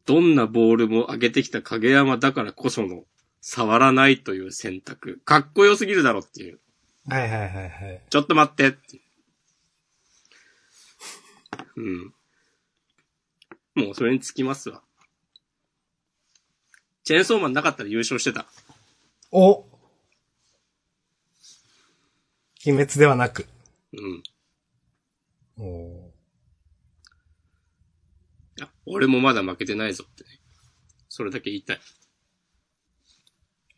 Speaker 1: どんなボールも上げてきた影山だからこその、触らないという選択。かっこよすぎるだろっていう。
Speaker 2: はいはいはいはい。
Speaker 1: ちょっと待ってっていう。うん。もうそれにつきますわ。チェーンソーマンなかったら優勝してた。
Speaker 2: お鬼滅ではなく。
Speaker 1: うん。
Speaker 2: おー
Speaker 1: いや俺もまだ負けてないぞってね。それだけ言いたい。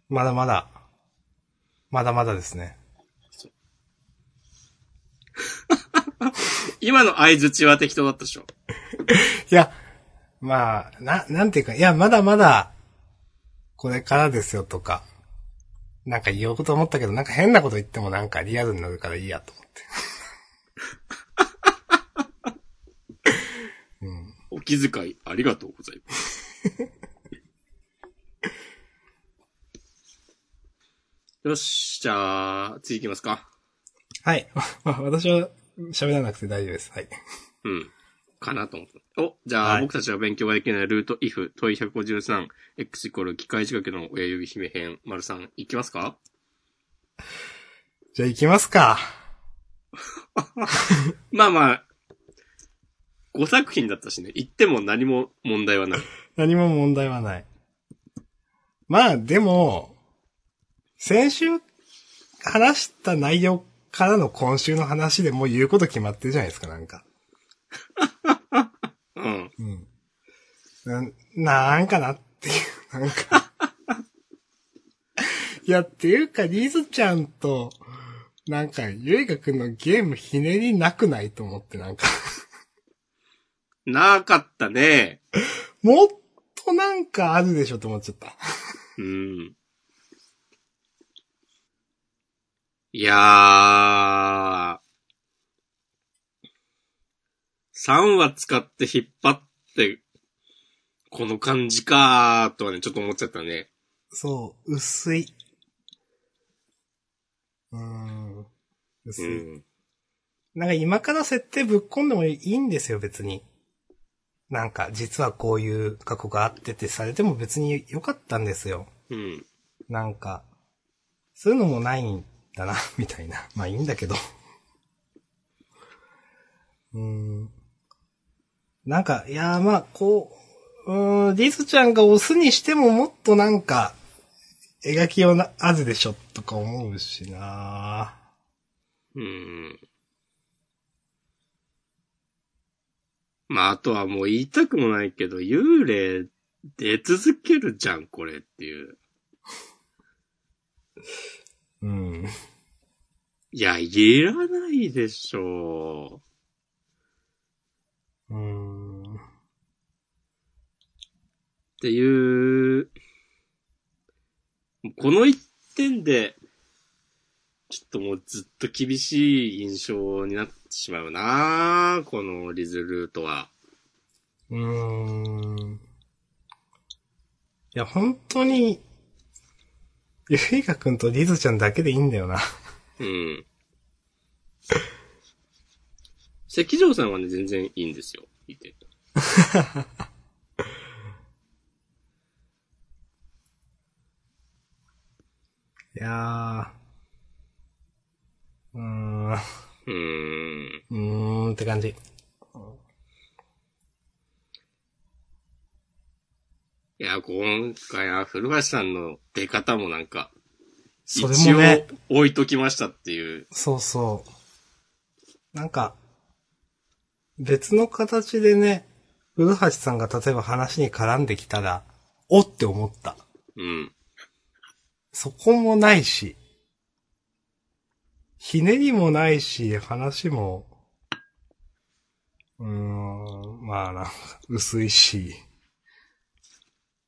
Speaker 2: まだまだ。まだまだですね。
Speaker 1: 今の合図は適当だったでしょ。
Speaker 2: いや、まあ、な、なんていうか、いや、まだまだ、これからですよとか、なんか言おうと思ったけど、なんか変なこと言ってもなんかリアルになるからいいやと思って。
Speaker 1: お気遣いありがとうございます。よし、じゃあ、次行きますか。
Speaker 2: はい。まあ、 私は喋らなくて大丈夫です。はい。
Speaker 1: うん。かなと思った。お、じゃあ、
Speaker 2: はい
Speaker 1: 僕たちは勉強ができないルート if、問い153、x イコール機械仕掛けの親指姫編、丸さん、いきますか
Speaker 2: じゃあ行きますか。
Speaker 1: まあまあ、5作品だったしね、言っても何も問題はない。
Speaker 2: 何も問題はない。まあ、でも、先週話した内容からの今週の話でもう言うこと決まってるじゃないですか、なんか。
Speaker 1: うん。
Speaker 2: うん。な、なんかなっていう、なんか。いや、っていうか、リーズちゃんと、なんか、ゆいかくんのゲームひねりなくないと思って、なんか。
Speaker 1: なかったね。
Speaker 2: もっとなんかあるでしょと思っちゃった。
Speaker 1: うん。いやー。3話使って引っ張って、この感じかーとはね、ちょっと思っちゃったね。
Speaker 2: そう、薄い。うーん。薄
Speaker 1: う
Speaker 2: い。
Speaker 1: ん。
Speaker 2: なんか今から設定ぶっ込んでもいいんですよ、別に。なんか、実はこういう過去があってってされても別に良かったんですよ。
Speaker 1: うん。
Speaker 2: なんか、そういうのもないんだな、 みたいな。まあいいんだけど。 うーん。なんか、いやーまあ、こう、うーん、リスちゃんがオスにしてももっとなんか、描きような、あるでしょ、とか思うしな
Speaker 1: うん。まあ、あとはもう言いたくもないけど、幽霊出続けるじゃん、これっていう。
Speaker 2: うん。
Speaker 1: いや、いらないでしょ
Speaker 2: うーん。
Speaker 1: う。っていう、この一点で、ちょっともうずっと厳しい印象になってしまうなこのリズルートは。
Speaker 2: うーん。いや、本当に、ゆいかくんとリズちゃんだけでいいんだよな。
Speaker 1: うん。関城さんはね、全然いいんですよ。いて。
Speaker 2: いやー。うーん。
Speaker 1: うーん。
Speaker 2: うーん、って感じ。
Speaker 1: いや、今回は古橋さんの出方もなんか、
Speaker 2: それもね
Speaker 1: 一応置いときましたっていう。
Speaker 2: そうそう。なんか、別の形でね、古橋さんが例えば話に絡んできたら、おって思った。
Speaker 1: うん。
Speaker 2: そこもないし、ひねりもないし、話も、うーん、まあなんか、薄いし、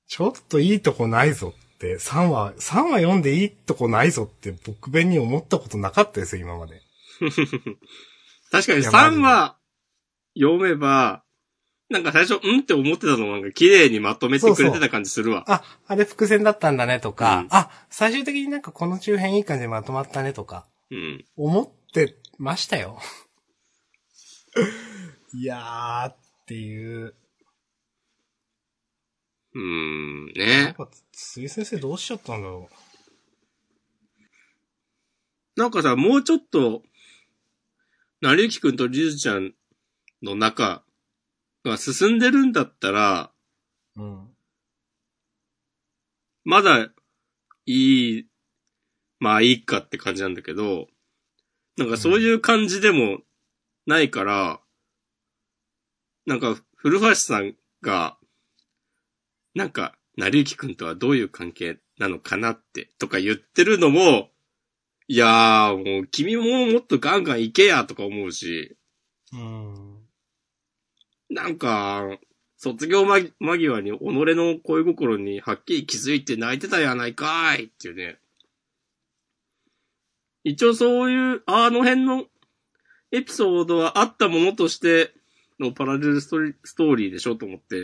Speaker 2: ちょっといいとこないぞって、3話、3話読んでいいとこないぞって僕弁に思ったことなかったですよ、今まで。
Speaker 1: 確かに
Speaker 2: いやマジ
Speaker 1: 3
Speaker 2: で
Speaker 1: 話読めば、なんか最初、うんって思ってたのもなんか綺麗にまとめてくれてた感じするわ。
Speaker 2: あ、あれ伏線だったんだねとか、
Speaker 1: うん
Speaker 2: あ、最終的になんかこの周辺いい感じでまとまったねとか、
Speaker 1: うん。
Speaker 2: 思ってましたよ。 いやーっていう。
Speaker 1: うーん、
Speaker 2: なん
Speaker 1: ね。
Speaker 2: か、つい先生どうしちゃったんだろ
Speaker 1: なんかさ、もうちょっと、なりゆきくんとりずちゃんの中が進んでるんだったら、
Speaker 2: う。うん。
Speaker 1: まだいい、まあいいかって感じなんだけど、なんかそういう感じでもないから、なんか古橋さんが、なんか、成りゆきくんとはどういう関係なのかなって、とか言ってるのも、いやー、もう君ももっとガンガン行けや、とか思うし、
Speaker 2: うん。
Speaker 1: なんか、卒業間間際に己の恋心にはっきり気づいて泣いてたやないかいっていうね。一応そういう、あの辺のエピソードはあったものとしてのパラレルストーリーストーリーでしょと思って。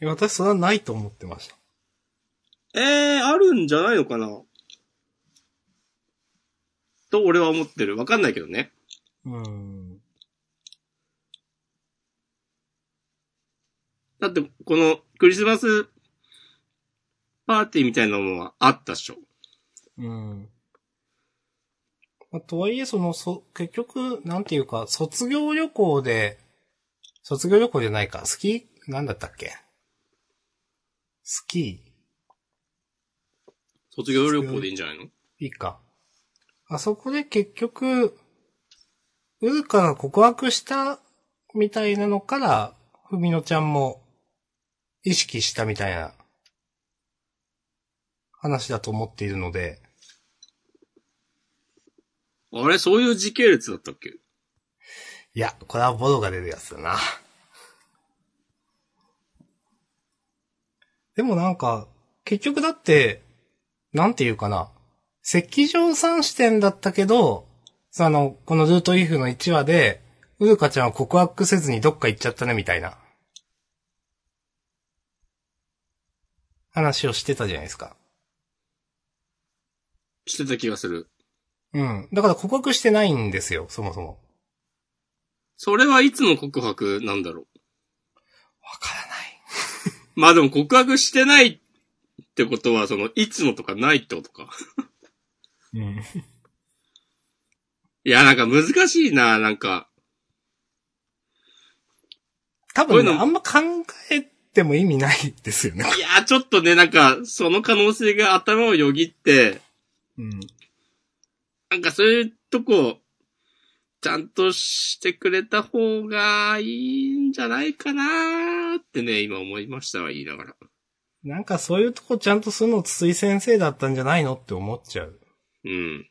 Speaker 2: いや私それはないと思ってました。
Speaker 1: ええー、あるんじゃないのかなと俺は思ってる。わかんないけどね。
Speaker 2: うん。
Speaker 1: だって、このクリスマスパーティーみたいなのはあったっしょ。
Speaker 2: うん。まあ、とはいえ、その、そ、結局、なんていうか、卒業旅行で、卒業旅行じゃないか、スキー、なんだったっけスキー
Speaker 1: 卒業旅行でいいんじゃないの
Speaker 2: いいか。あそこで結局、ウルカが告白したみたいなのから、ふみのちゃんも意識したみたいな話だと思っているので、
Speaker 1: あれそういう時系列だったっけ
Speaker 2: いや、これはボロが出るやつだな。でもなんか、結局だって、なんていうかな。赤上三視点だったけど、その、このルートイフの1話で、ウルカちゃんは告白せずにどっか行っちゃったねみたいな。話をしてたじゃないですか。
Speaker 1: してた気がする。
Speaker 2: うん。だから告白してないんですよ、そもそも。
Speaker 1: それはいつの告白なんだろ
Speaker 2: わからない。
Speaker 1: う。まあでも告白してないってことは、その、いつのとかないってことか。
Speaker 2: うん。
Speaker 1: いや、なんか難しいな、なんか。
Speaker 2: 多
Speaker 1: こういう
Speaker 2: 分、ね、
Speaker 1: の
Speaker 2: あんま考えても意味ないですよね。
Speaker 1: いや、ちょっとね、なんか、その可能性が頭をよぎって、
Speaker 2: うん。
Speaker 1: なんかそういうとこ、ちゃんとしてくれた方がいいんじゃないかなーってね、今思いましたわ、言いながら。
Speaker 2: なんかそういうとこちゃんとするの筒井先生だったんじゃないのって思っちゃう。
Speaker 1: うん。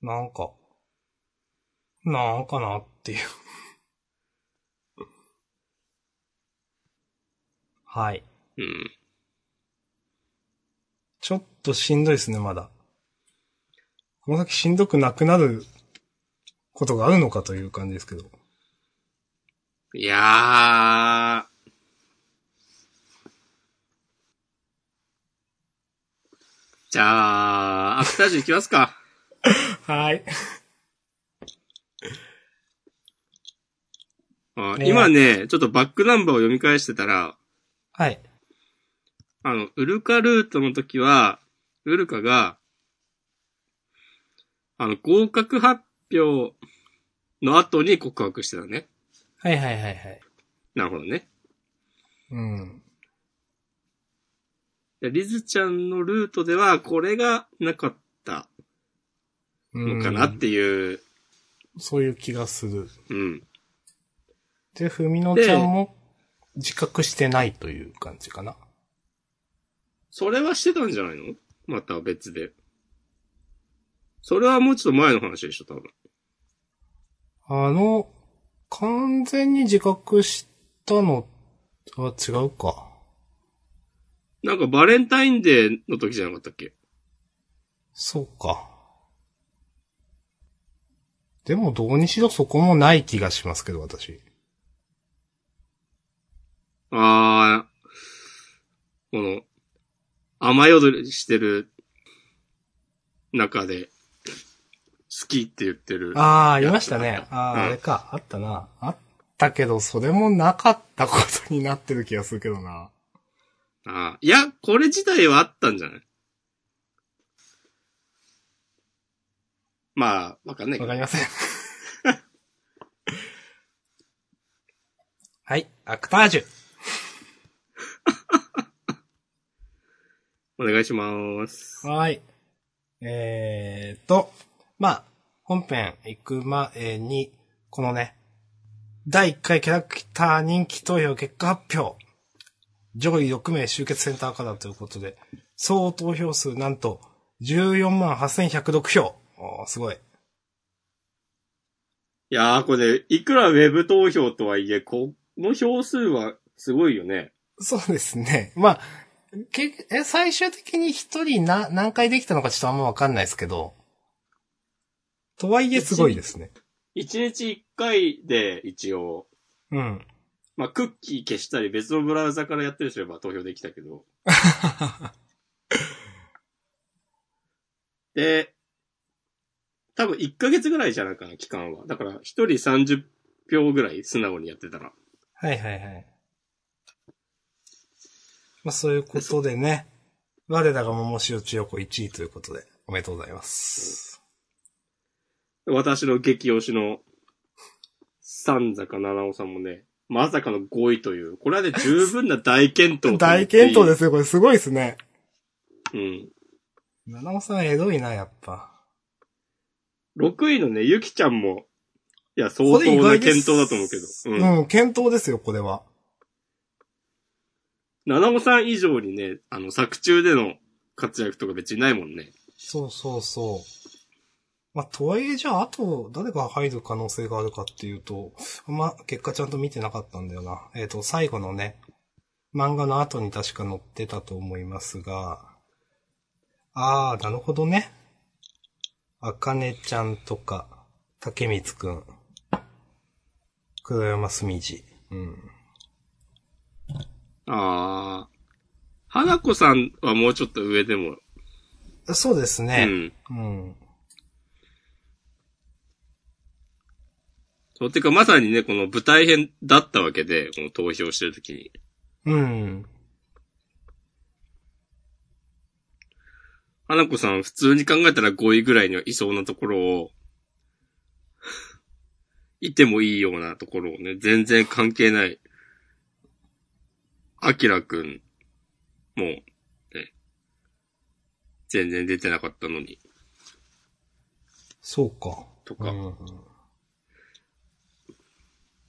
Speaker 2: なんか。なんかなっていう。はい。
Speaker 1: うん。
Speaker 2: ちょっとしんどいですね、まだ。この先しんどくなくなることがあるのかという感じですけど。
Speaker 1: いやー。じゃあ、アフタージュ行きますか。
Speaker 2: はい。
Speaker 1: あ
Speaker 2: ね
Speaker 1: 今ね、ちょっとバックナンバーを読み返してたら、
Speaker 2: はい。
Speaker 1: あの、ウルカルートの時は、ウルカが、あの、合格発表の後に告白してたね。
Speaker 2: はいはいはいはい。
Speaker 1: なるほどね。
Speaker 2: うん。
Speaker 1: でリズちゃんのルートでは、これがなかった
Speaker 2: う
Speaker 1: のかなっていう、
Speaker 2: そういう気がする。
Speaker 1: うん。
Speaker 2: で、ふみのちゃんも自覚してないという感じかな。
Speaker 1: それはしてたんじゃないのまた別で。それはもうちょっと前の話でしょ、多分。
Speaker 2: あの、完全に自覚したのとは違うか。
Speaker 1: なんかバレンタインデーの時じゃなかったっけ
Speaker 2: そうか。でもどうにしろそこもない気がしますけど、私。
Speaker 1: ああ、この、雨宿りしてる中で、好きって言ってる。
Speaker 2: ああ、ありましたね。ああ、
Speaker 1: うん
Speaker 2: あれか。あったな。あったけど、それもなかったことになってる気がするけどな。
Speaker 1: あーいや、これ自体はあったんじゃないまあ、わかんないけど
Speaker 2: わか。りませ ん。はい。アクタージュ。
Speaker 1: お願いします。
Speaker 2: はい。えーと、まあ、本編行く前に、このね、第1回キャラクター人気投票結果発表。上位6名集結センターからということで、総投票数なんと14万8106票。おーすごい。
Speaker 1: いやー、これ、いくらウェブ投票とはいえ、この票数はすごいよね。
Speaker 2: そうですね。まあ、けえ最終的に一人な何回できたのかちょっとあんまわかんないですけど、とはいえすごいですね。
Speaker 1: 1日1回で一応、
Speaker 2: うん。
Speaker 1: まあ、クッキー消したり別のブラウザからやってる人ば投票できたけど。で、多分1ヶ月ぐらいじゃないかな、期間は。だから、1人30票ぐらい素直にやってたら。
Speaker 2: はいはいはい。まあそういうことでね、我らが桃塩千代子1位ということで、おめでとうございます。
Speaker 1: 私の激推しの、三坂七尾さんもね、まさかの5位という、これはね、十分な大健闘。。
Speaker 2: 大健闘ですすよ、これすごいですね。
Speaker 1: うん。
Speaker 2: 七尾さんエどいな、やっぱ。
Speaker 1: 6位のね、ゆきちゃんも、いや、相当な健闘だと思うけど。うん。
Speaker 2: うん、健闘ですよ、これは。
Speaker 1: 七尾さん以上にね、あの、作中での活躍とか別にないもんね。
Speaker 2: そうそうそう。まあ、とはいえ、じゃあ、あと、誰が入る可能性があるかっていうと、あんま結果ちゃんと見てなかったんだよな。えっ、と、最後のね、漫画の後に確か載ってたと思いますが、あー、なるほどね。あかねちゃんとか、竹光くん、黒山すみじ。うん。
Speaker 1: あー。花子さんはもうちょっと上でも。
Speaker 2: そうです
Speaker 1: う
Speaker 2: ね。
Speaker 1: ん。
Speaker 2: うん。
Speaker 1: そう、てかまさにね、この舞台編だったわけで、この投票してるときに。
Speaker 2: うん。
Speaker 1: 花子さん普通に考えたら5位ぐらいにはいそうなところを、 いてもいいようなところをね、全然関係ない。あきらくんも、ね、全然出てなかったのに、
Speaker 2: そうか。
Speaker 1: とか。
Speaker 2: うん。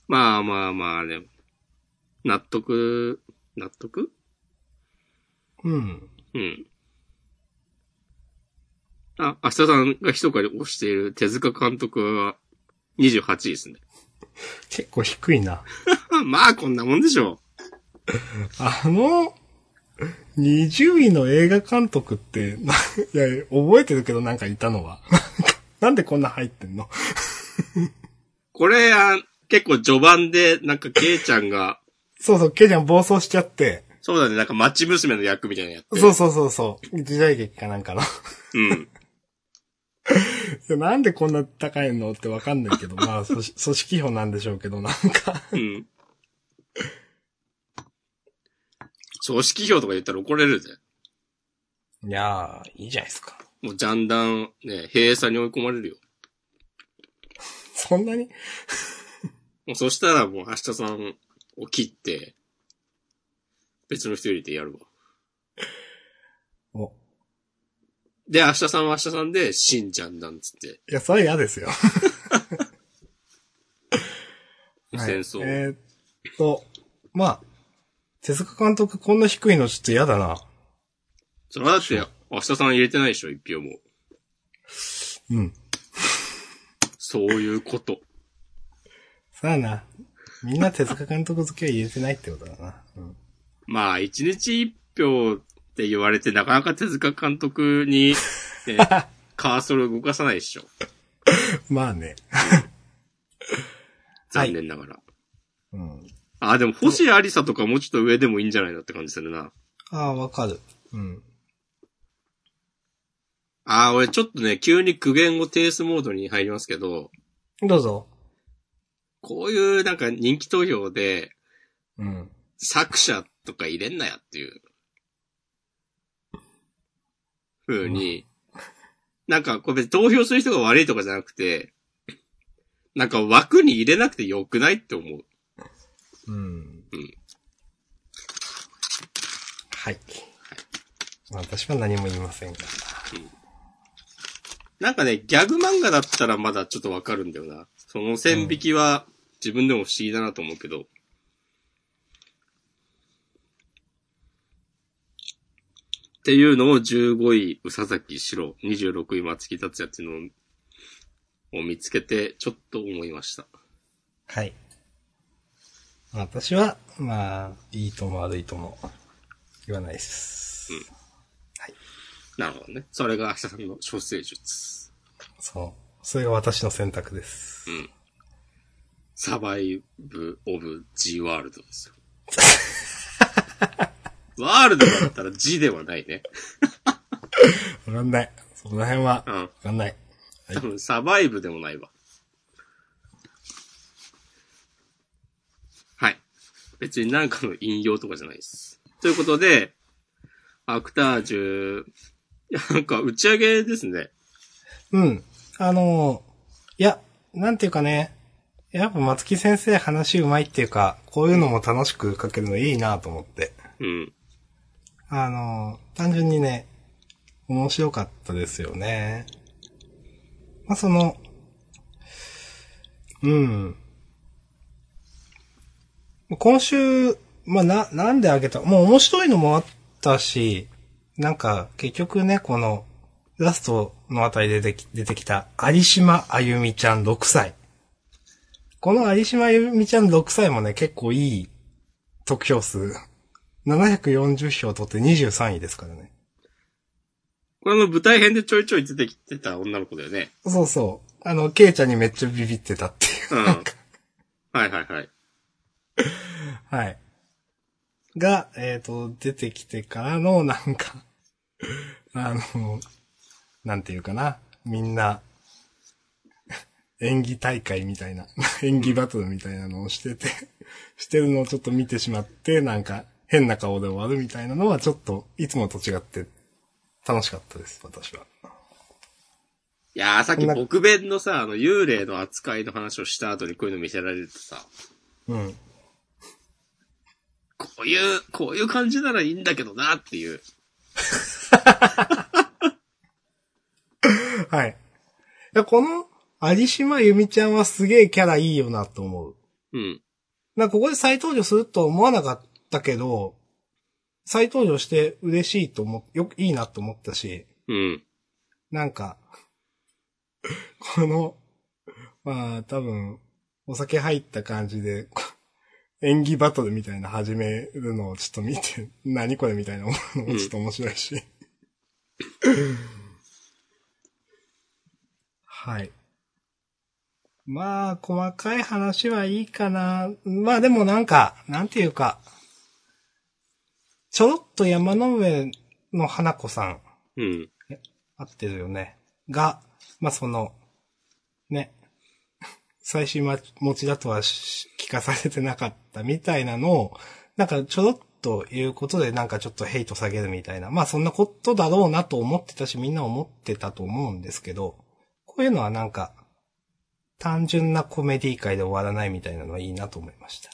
Speaker 1: まあまあまあ、あれ。納得、納得
Speaker 2: うん。
Speaker 1: うん。あ、明日さんが密かに推している手塚監督は28位ですね。
Speaker 2: 結構低いな。
Speaker 1: あ まあ、こんなもんでしょ
Speaker 2: あの、20位の映画監督って、な、いや、覚えてるけどなんかいたのは。 なんかなんでこんな入ってんの
Speaker 1: う。これ、あ結構序盤で、なんか、ケイちゃんが、
Speaker 2: そうそう、ケイちゃん暴走しちゃって。
Speaker 1: そうだね、なんか町娘の役みたいなのやって。
Speaker 2: そうそうそうそう。時代劇かなんかの。い
Speaker 1: うん。
Speaker 2: やなんでこんな高いのってわかんないけど、まあ、組 織組織票なんでしょうけど、なんか。
Speaker 1: うん。組織票とか言ったら怒れるぜ。
Speaker 2: いやー、いいじゃないですか。
Speaker 1: もう、ジャンダン、ね、閉鎖に追い込まれるよ。
Speaker 2: そそんなに
Speaker 1: もうそしたらもう明日さんを切って、別の人入れてやるわ。
Speaker 2: も
Speaker 1: で、明日さんは明日さんで、しんちゃんなんつって、
Speaker 2: う。いや、それは嫌ですよ。
Speaker 1: 戦争。
Speaker 2: はい、えーっと、まあ、手塚監督こんな低いのちょっと嫌だな。
Speaker 1: それはだって、明日さん入れてないでしょ、一票も。
Speaker 2: うん。
Speaker 1: そういうこと。
Speaker 2: さあな。みんな手塚監督好きは言えてないってことだな。 うん。
Speaker 1: まあ、一日一票って言われて、なかなか手塚監督に、ね、カーソル動かさないでしょ。
Speaker 2: まあね。
Speaker 1: 残念ながら。
Speaker 2: うん。
Speaker 1: あ、でも、星ありさとかもうちょっと上でもいいんじゃないなって感じするな。
Speaker 2: ああ、わかる。うん。
Speaker 1: あ、俺ちょっとね、急に苦言を停止モードに入りますけど、
Speaker 2: どうぞ。
Speaker 1: こういうなんか人気投票で、
Speaker 2: うん。
Speaker 1: 作者とか入れんなやっていう、ふうに、なんかこれ別に投票する人が悪いとかじゃなくて、なんか枠に入れなくてよくないって思う。
Speaker 2: うん。はい。まあ私は何も言いませんが。
Speaker 1: なんかね、ギャグ漫画だったらまだちょっとわかるんだよな。その線引きは自分でも不思議だなと思うけど。っていうのを15位、宇佐崎史郎、26位、松木達也っていうのを見つけて、ちょっと思いました。
Speaker 2: はい。私は、まあ、いいとも悪いとも言わないです。
Speaker 1: なるほどね。それが明日さんの小生術。
Speaker 2: そう。それが私の選択です。
Speaker 1: サバイブ・オブ・ジ・ワールドですよ。ワールドだったら G ではないね。
Speaker 2: わかんない。そこら辺は、
Speaker 1: うん
Speaker 2: わかんない。
Speaker 1: 多分サバイブでもないわ。はい。別に何かの引用とかじゃないです。ということで、アクタージュ、いやなんか打ち上げですね。
Speaker 2: うん。あのーいや、なんていうかね、やっぱ松木先生話うまいっていうか、こういうのも楽しく書けるのいいなと思って。
Speaker 1: うん。
Speaker 2: あのー単純にね、面白かったですよね。まあ、その、うん。今週、まあ、な、なんであげたもう面白いのもあったし、なんか、結局ね、この、ラストのあたりで出てき出てきた、有島あゆみちゃん6歳。この有島あゆみちゃん6歳もね、結構いい得票数。740票取って23位ですからね。
Speaker 1: これあの舞台編でちょいちょい出てきてた女の子だよね。
Speaker 2: そうそう。あの、ケイちゃんにめっちゃビビってたっていう。
Speaker 1: うん。はいはいはい。
Speaker 2: はい。が、えっ、と、出てきてからの、なんか、あの、なんていうかな。みんな、演技大会みたいな、演技バトルみたいなのをしてて、してるのをちょっと見てしまって、なんか、変な顔で終わるみたいなのは、ちょっと、いつもと違って、楽しかったです、私は。
Speaker 1: いやー、さっき
Speaker 2: こんな
Speaker 1: 僕弁のさ、あの、幽霊の扱いの話をした後にこういうの見せられてさ、
Speaker 2: うん。
Speaker 1: こういう、こういう感じならいいんだけどなっていう。
Speaker 2: はい。いや、この、有島由美ちゃんはすげえキャラいいよなと思う。
Speaker 1: うん。
Speaker 2: なんかここで再登場するとは思わなかったけど、再登場して嬉しいと思っ、よくいいなと思ったし、
Speaker 1: うん。
Speaker 2: なんか、 この、まあ多分、お酒入った感じで、 こ演技バトルみたいな始めるのをちょっと見て、 何これみたいな思うのもちょっと面白いし。はい。まあ、細かい話はいいかな。まあでもなんか、なんていうか、ちょろっと山の上の花子さん、
Speaker 1: うん。
Speaker 2: 合ってるよね。が、まあ、その、ね、 最終ま持ちだとはし聞かされてなかったみたいなのを、なんかちょろっと言うことでなんかちょっとヘイト下げるみたいな。まあそんなことだろうなと思ってたし、みんな思ってたと思うんですけど、こういうのはなんか、単純なコメディ界で終わらないみたいなのはいいなと思いました。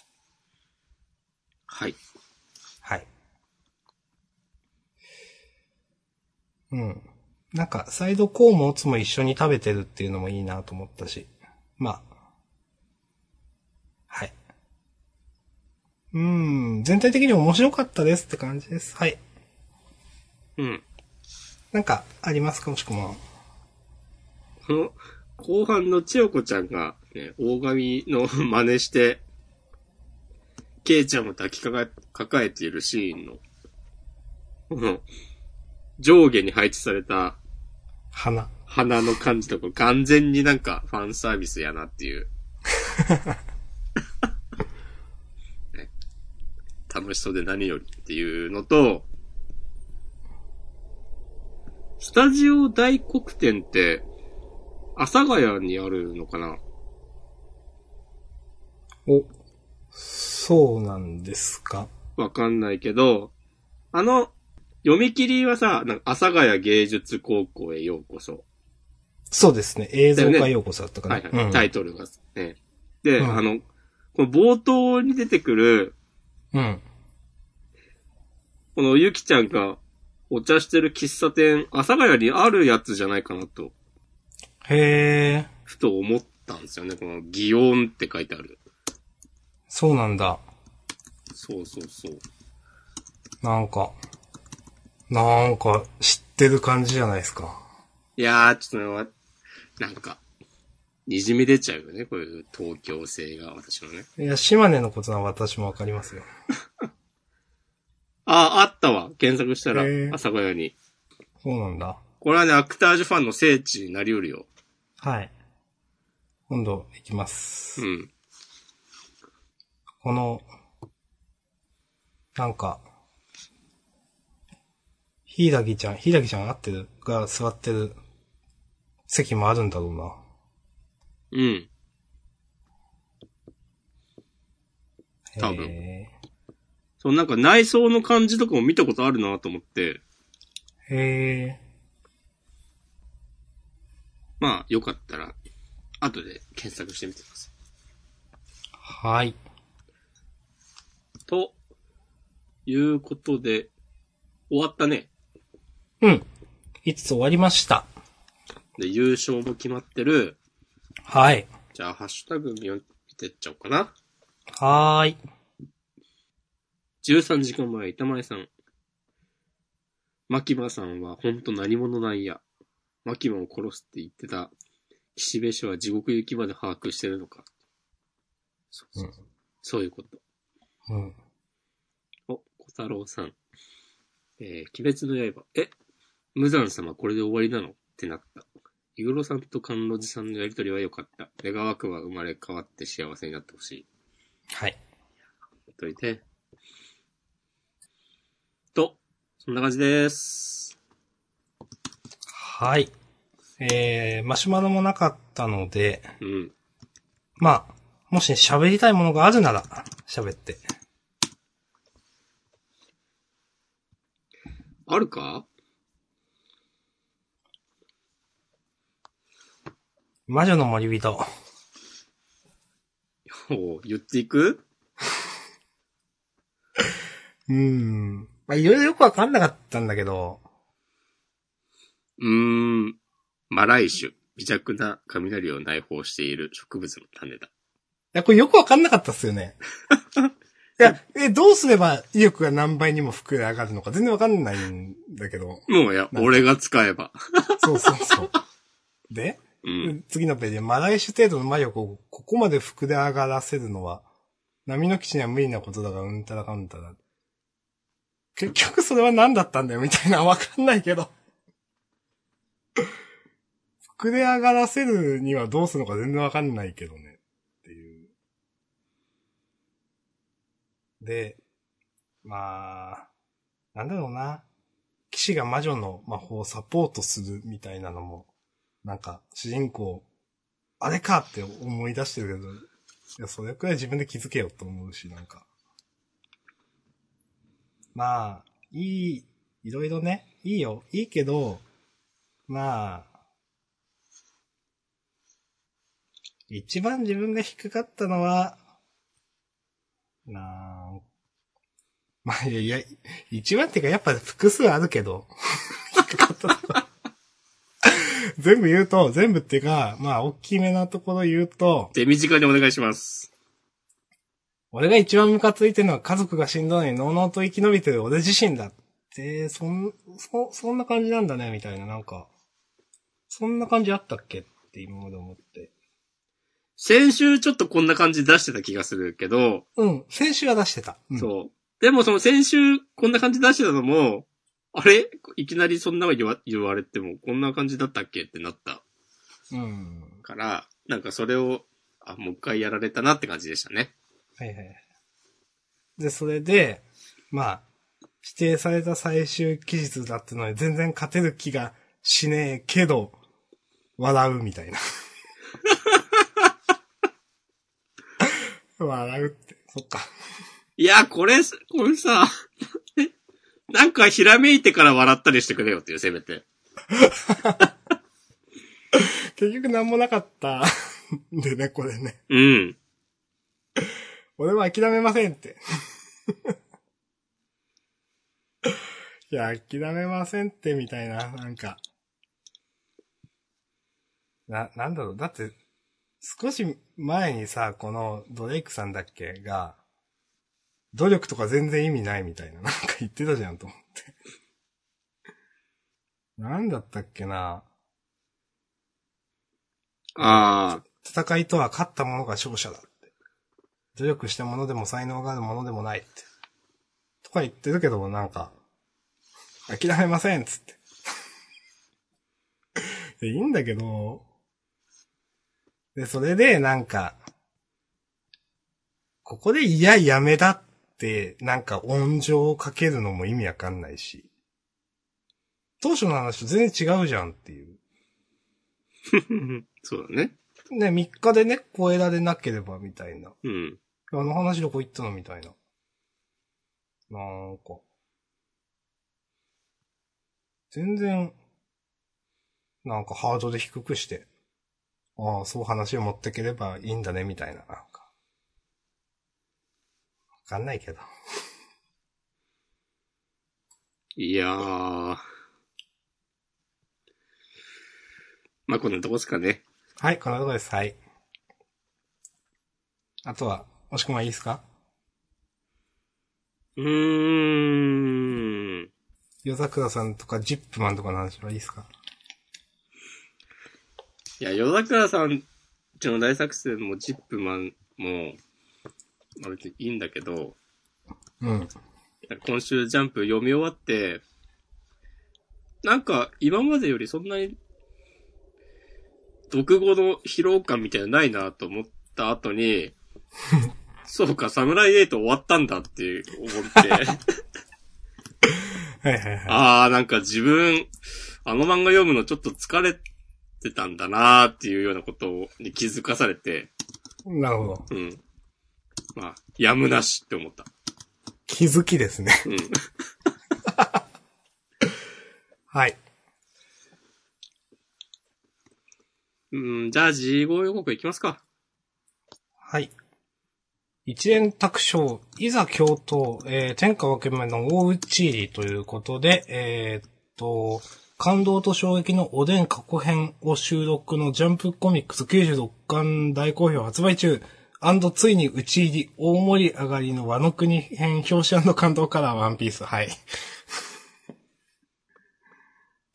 Speaker 1: はい。
Speaker 2: はい。うん。なんか、サイドコーンもオツも一緒に食べてるっていうのもいいなと思ったし。まあ。はい。うん。全体的に面白かったですって感じです。はい。
Speaker 1: うん。
Speaker 2: なんか、ありますかもしくも。
Speaker 1: この、後半の千代子ちゃんが、ね、大神の真似して、ケイちゃんを抱きかか抱えているシーンの、この、上下に配置された
Speaker 2: 花。
Speaker 1: 鼻の感じとか、完全になんかファンサービスやなって いう。ね楽しそうで何よりっていうのと、スタジオ大黒天って、阿佐ヶ谷にあるのかな
Speaker 2: お。そうなんですか
Speaker 1: わかんないけど、あの、読み切りはさ、なんか阿佐ヶ谷芸術高校へようこそ。
Speaker 2: そうですね。映像
Speaker 1: だよ
Speaker 2: 化
Speaker 1: ね
Speaker 2: 用こそだったかな。
Speaker 1: はいはい、
Speaker 2: うん
Speaker 1: タイトルがね。で、
Speaker 2: うん
Speaker 1: あの、この冒頭に出てくる、
Speaker 2: うん。
Speaker 1: このゆきちゃんがお茶してる喫茶店、阿佐ヶ谷にあるやつじゃないかなと、
Speaker 2: へえ。
Speaker 1: ふと思ったんですよね。この、祇園って書いてある。
Speaker 2: そうなんだ。
Speaker 1: そうそうそう。
Speaker 2: なんか、なんか知ってる感じじゃないですか。
Speaker 1: いやー、ちょっとね、なんか、にじみ出ちゃうよね。こういう東京性が、私のね。
Speaker 2: いや、島根のことは私もわかりますよ。
Speaker 1: あ、あったわ。検索したら、
Speaker 2: へー
Speaker 1: 阿佐ヶ谷に。
Speaker 2: そうなんだ。
Speaker 1: これはね、アクタージュファンの聖地になりうるよ。
Speaker 2: はい。今度行きま
Speaker 1: う
Speaker 2: す。
Speaker 1: ん。
Speaker 2: この、なんか、ひいらぎちゃん、ひいらぎちゃん合ってるが座ってる席もあるんだろうな。
Speaker 1: うん。多分
Speaker 2: へ
Speaker 1: そう、なんか内装の感じとかも見たことあるなと思って、
Speaker 2: ーへ
Speaker 1: まあ、よかったら、後で検索してみてください。
Speaker 2: ーはい。
Speaker 1: と、いうことで、終わったね。
Speaker 2: うん。いつ終わりました。
Speaker 1: で、優勝も決まってる。
Speaker 2: はい。
Speaker 1: じゃあ、ハッシュタグ見てっちゃおうかな。
Speaker 2: はーい。
Speaker 1: 13時間前、板前さん。牧場さんはほんと何者なんや。牧場を殺すって言ってた岸辺氏は地獄行きまで把握してるのか。そうそうそうそういうこと。
Speaker 2: うん。
Speaker 1: お、小太郎さん。えー、鬼滅の刃。え、無惨様これで終わりなのってなった。イグロさんと甘露寺さんのやりとりは良かった。願わくは生まれ変わって幸せになってほしい。
Speaker 2: はい。
Speaker 1: といて。と、そんな感じです。
Speaker 2: はい。えー、マシュマロもなかったので、
Speaker 1: うん。
Speaker 2: まあ、もし喋りたいものがあるなら、喋って。
Speaker 1: あるか
Speaker 2: 魔女の森人。
Speaker 1: おう言っていく
Speaker 2: うーん。まあ、いろいろよくわかんなかったんだけど、
Speaker 1: うーん。マライシュ。微弱な雷を内包している植物の種だ。
Speaker 2: いや、これよくわかんなかったっすよ ね。いや、え、どうすれば威力が何倍にも膨れ上がるのか全然わかんないんだけど。
Speaker 1: もうや、俺が使えば。
Speaker 2: そうそう そう。で、
Speaker 1: うん。
Speaker 2: 次のページ、マライシュ程度の魔力をここまで膨れ上がらせるのは、波の基地には無理なことだが、うんたらかんたら。結局それは何だったんだよ、みたいな、わかんないけど。膨れ上がらせるにはどうするのか全然わかんないけどね。っていう。で、まあ、なんだろうな。騎士が魔女の魔法をサポートするみたいなのも、なんか、主人公、あれかって思い出してるけど、いや、それくらい自分で気づけよと思うし、なんか。まあ、いい、いろいろね、いいよ、いいけど、まあ、一番自分が引っかかったのは、なん、まあ、いやいや、一番っていうかやっぱ複数あるけど、 引っかかったのは全部言うと、全部っていうか、まあ、大きめなところ言うと、
Speaker 1: 手短にお願いします。
Speaker 2: 俺が一番ムカついてるのは家族がしんどいのに、のうのうと生き延びてる俺自身だって、そん、そ、そんな感じなんだね、みたいな、なんか、そんな感じあったっけって今まで思って。
Speaker 1: 先週ちょっとこんな感じ出してた気がするけど、
Speaker 2: うん、先週は出してた。うん、
Speaker 1: そう。でもその先週こんな感じ出してたのも、あれいきなりそんなの言わ言われてもこんな感じだったっけってなった
Speaker 2: うん。
Speaker 1: から、なんかそれを、あ、もう一回やられたなって感じでしたね。
Speaker 2: はいはい。で、それで、まあ、指定された最終期日だってのに全然勝てる気がしねえけど、笑うみたいな。笑うって、そっか。
Speaker 1: いや、これ、これさ、 なんかひらめいてから笑ったりしてくれよっていう、せめて。
Speaker 2: 結局なんもなかった。でね、これね。
Speaker 1: うん。
Speaker 2: 俺は諦めませんって。 いや、諦めませんって、みたいな、なんか。な、なんだろう、だって、少し前にさ、このドレイクさんだっけが、努力とか全然意味ないみたいな、なんか言ってたじゃんと思って。なんだったっけな
Speaker 1: ああ、
Speaker 2: 戦いとは勝った者が勝者だって。努力した者でも才能がある者でもないって。とか言ってるけどもなんか、諦めませんっつって。 でいいんだけど、で、それでなんか、ここでいややめだって、なんか音情をかけるのも意味わかんないし、当初の話と全然違うじゃんっていう。
Speaker 1: そうだね。
Speaker 2: ね、3日でね、超えられなければみたいな。
Speaker 1: うん。
Speaker 2: あの話どこ行ったのみたいな。なんか。全然、なんかハードル低くして、ああ、そう話を持ってければいいんだね、みたいな、なんか。わかんないけど。
Speaker 1: いやー。まあ、こんなとこですかね。
Speaker 2: はい、こんなとこです。はい。あとは、もしくはいいですか
Speaker 1: うーん。
Speaker 2: 夜桜さんとかジップマンとかの話はいいですか
Speaker 1: いや、夜桜さんちの大作戦もジップマンも、まあ別にいいんだけど、
Speaker 2: うん。
Speaker 1: 今週ジャンプ読み終わって、なんか今までよりそんなに、独語の疲労感みたいなのないなと思った後 に、そうか、サムライエイト終わったんだって思って、
Speaker 2: はいはいはい。
Speaker 1: ああ、なんか自分、あの漫画読むのちょっと疲れてたんだなーっていうようなことに気づかされて、
Speaker 2: なるほど。
Speaker 1: うん。まあ、やむなしって思った。
Speaker 2: 気づきですね。
Speaker 1: うん。
Speaker 2: はい。
Speaker 1: うん、じゃあ、G5 予告いきますか。
Speaker 2: はい。一円卓章、いざ共闘、えー天下分け目の大内入りということで、えーっと、感動と衝撃のおでん過去編を収録のジャンプコミックス96巻大好評発売中、ついに打ち入り、大盛り上がりの和の国編表紙感動カラーワンピース、はい。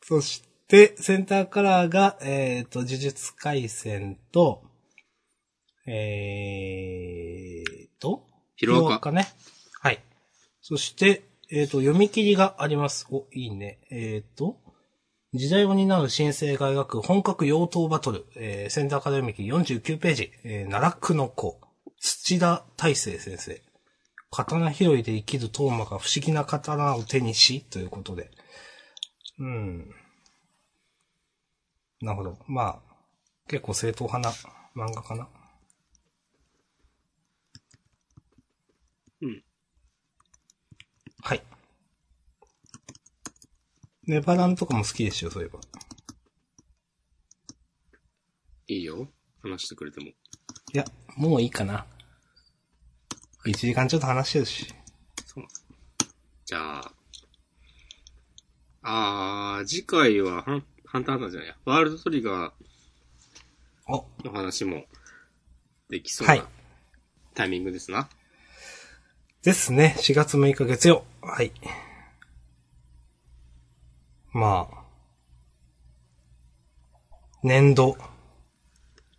Speaker 2: そして、センターカラーが、えーっと、呪術回戦と、えーと、
Speaker 1: 広岡
Speaker 2: ね。はい。そして、えーと、読み切りがあります。お、いいね。えーと、時代を担う新生が描く本格妖刀バトル、えー、センターカラー読み切り49ページ、えー、奈落の子、土田大成先生。刀拾いで生きるトーマが不思議な刀を手にし、ということで。うん。なるほど。まあ、結構正統派な漫画かな。
Speaker 1: うん。
Speaker 2: はい。ネバランとかも好きですよ、そういえば。
Speaker 1: いいよ。話してくれても。
Speaker 2: いや、もういいかな。1時間ちょっと話してるし。
Speaker 1: じゃあ、あー、次回はハン、ハンターハンターじゃないや、ワールドトリガ
Speaker 2: お、
Speaker 1: ーの話もできそう
Speaker 2: は。
Speaker 1: ないタイミングですな。
Speaker 2: ですね。4月6日月曜。はい。まあ。年度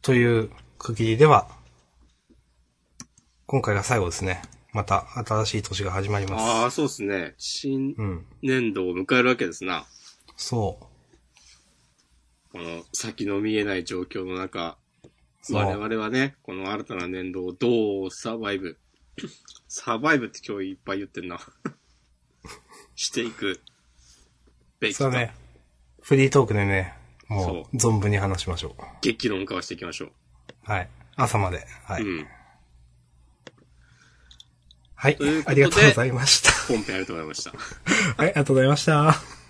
Speaker 2: という区切りでは、今回が最後ですね。また新しい年が始まり
Speaker 1: あ
Speaker 2: ま
Speaker 1: ー、そうですね。新
Speaker 2: す。うん。
Speaker 1: 年度を迎えるわけですな。
Speaker 2: そう。
Speaker 1: この先の見えない状況の中、
Speaker 2: そう
Speaker 1: 我々はね、この新たな年度をどうサバイブ、 サバイブって今日いっぱい言ってんな。 していくべき
Speaker 2: そう
Speaker 1: か、
Speaker 2: ね。フリートークでね、も
Speaker 1: そう
Speaker 2: 存分に話しましょう。
Speaker 1: 激論化をしていきましょう。
Speaker 2: はい。朝まで。はい。
Speaker 1: うん。
Speaker 2: はい
Speaker 1: ということ。で
Speaker 2: ありがとうございました。
Speaker 1: 本編ありがとうございました。
Speaker 2: はい、ありがとうございました。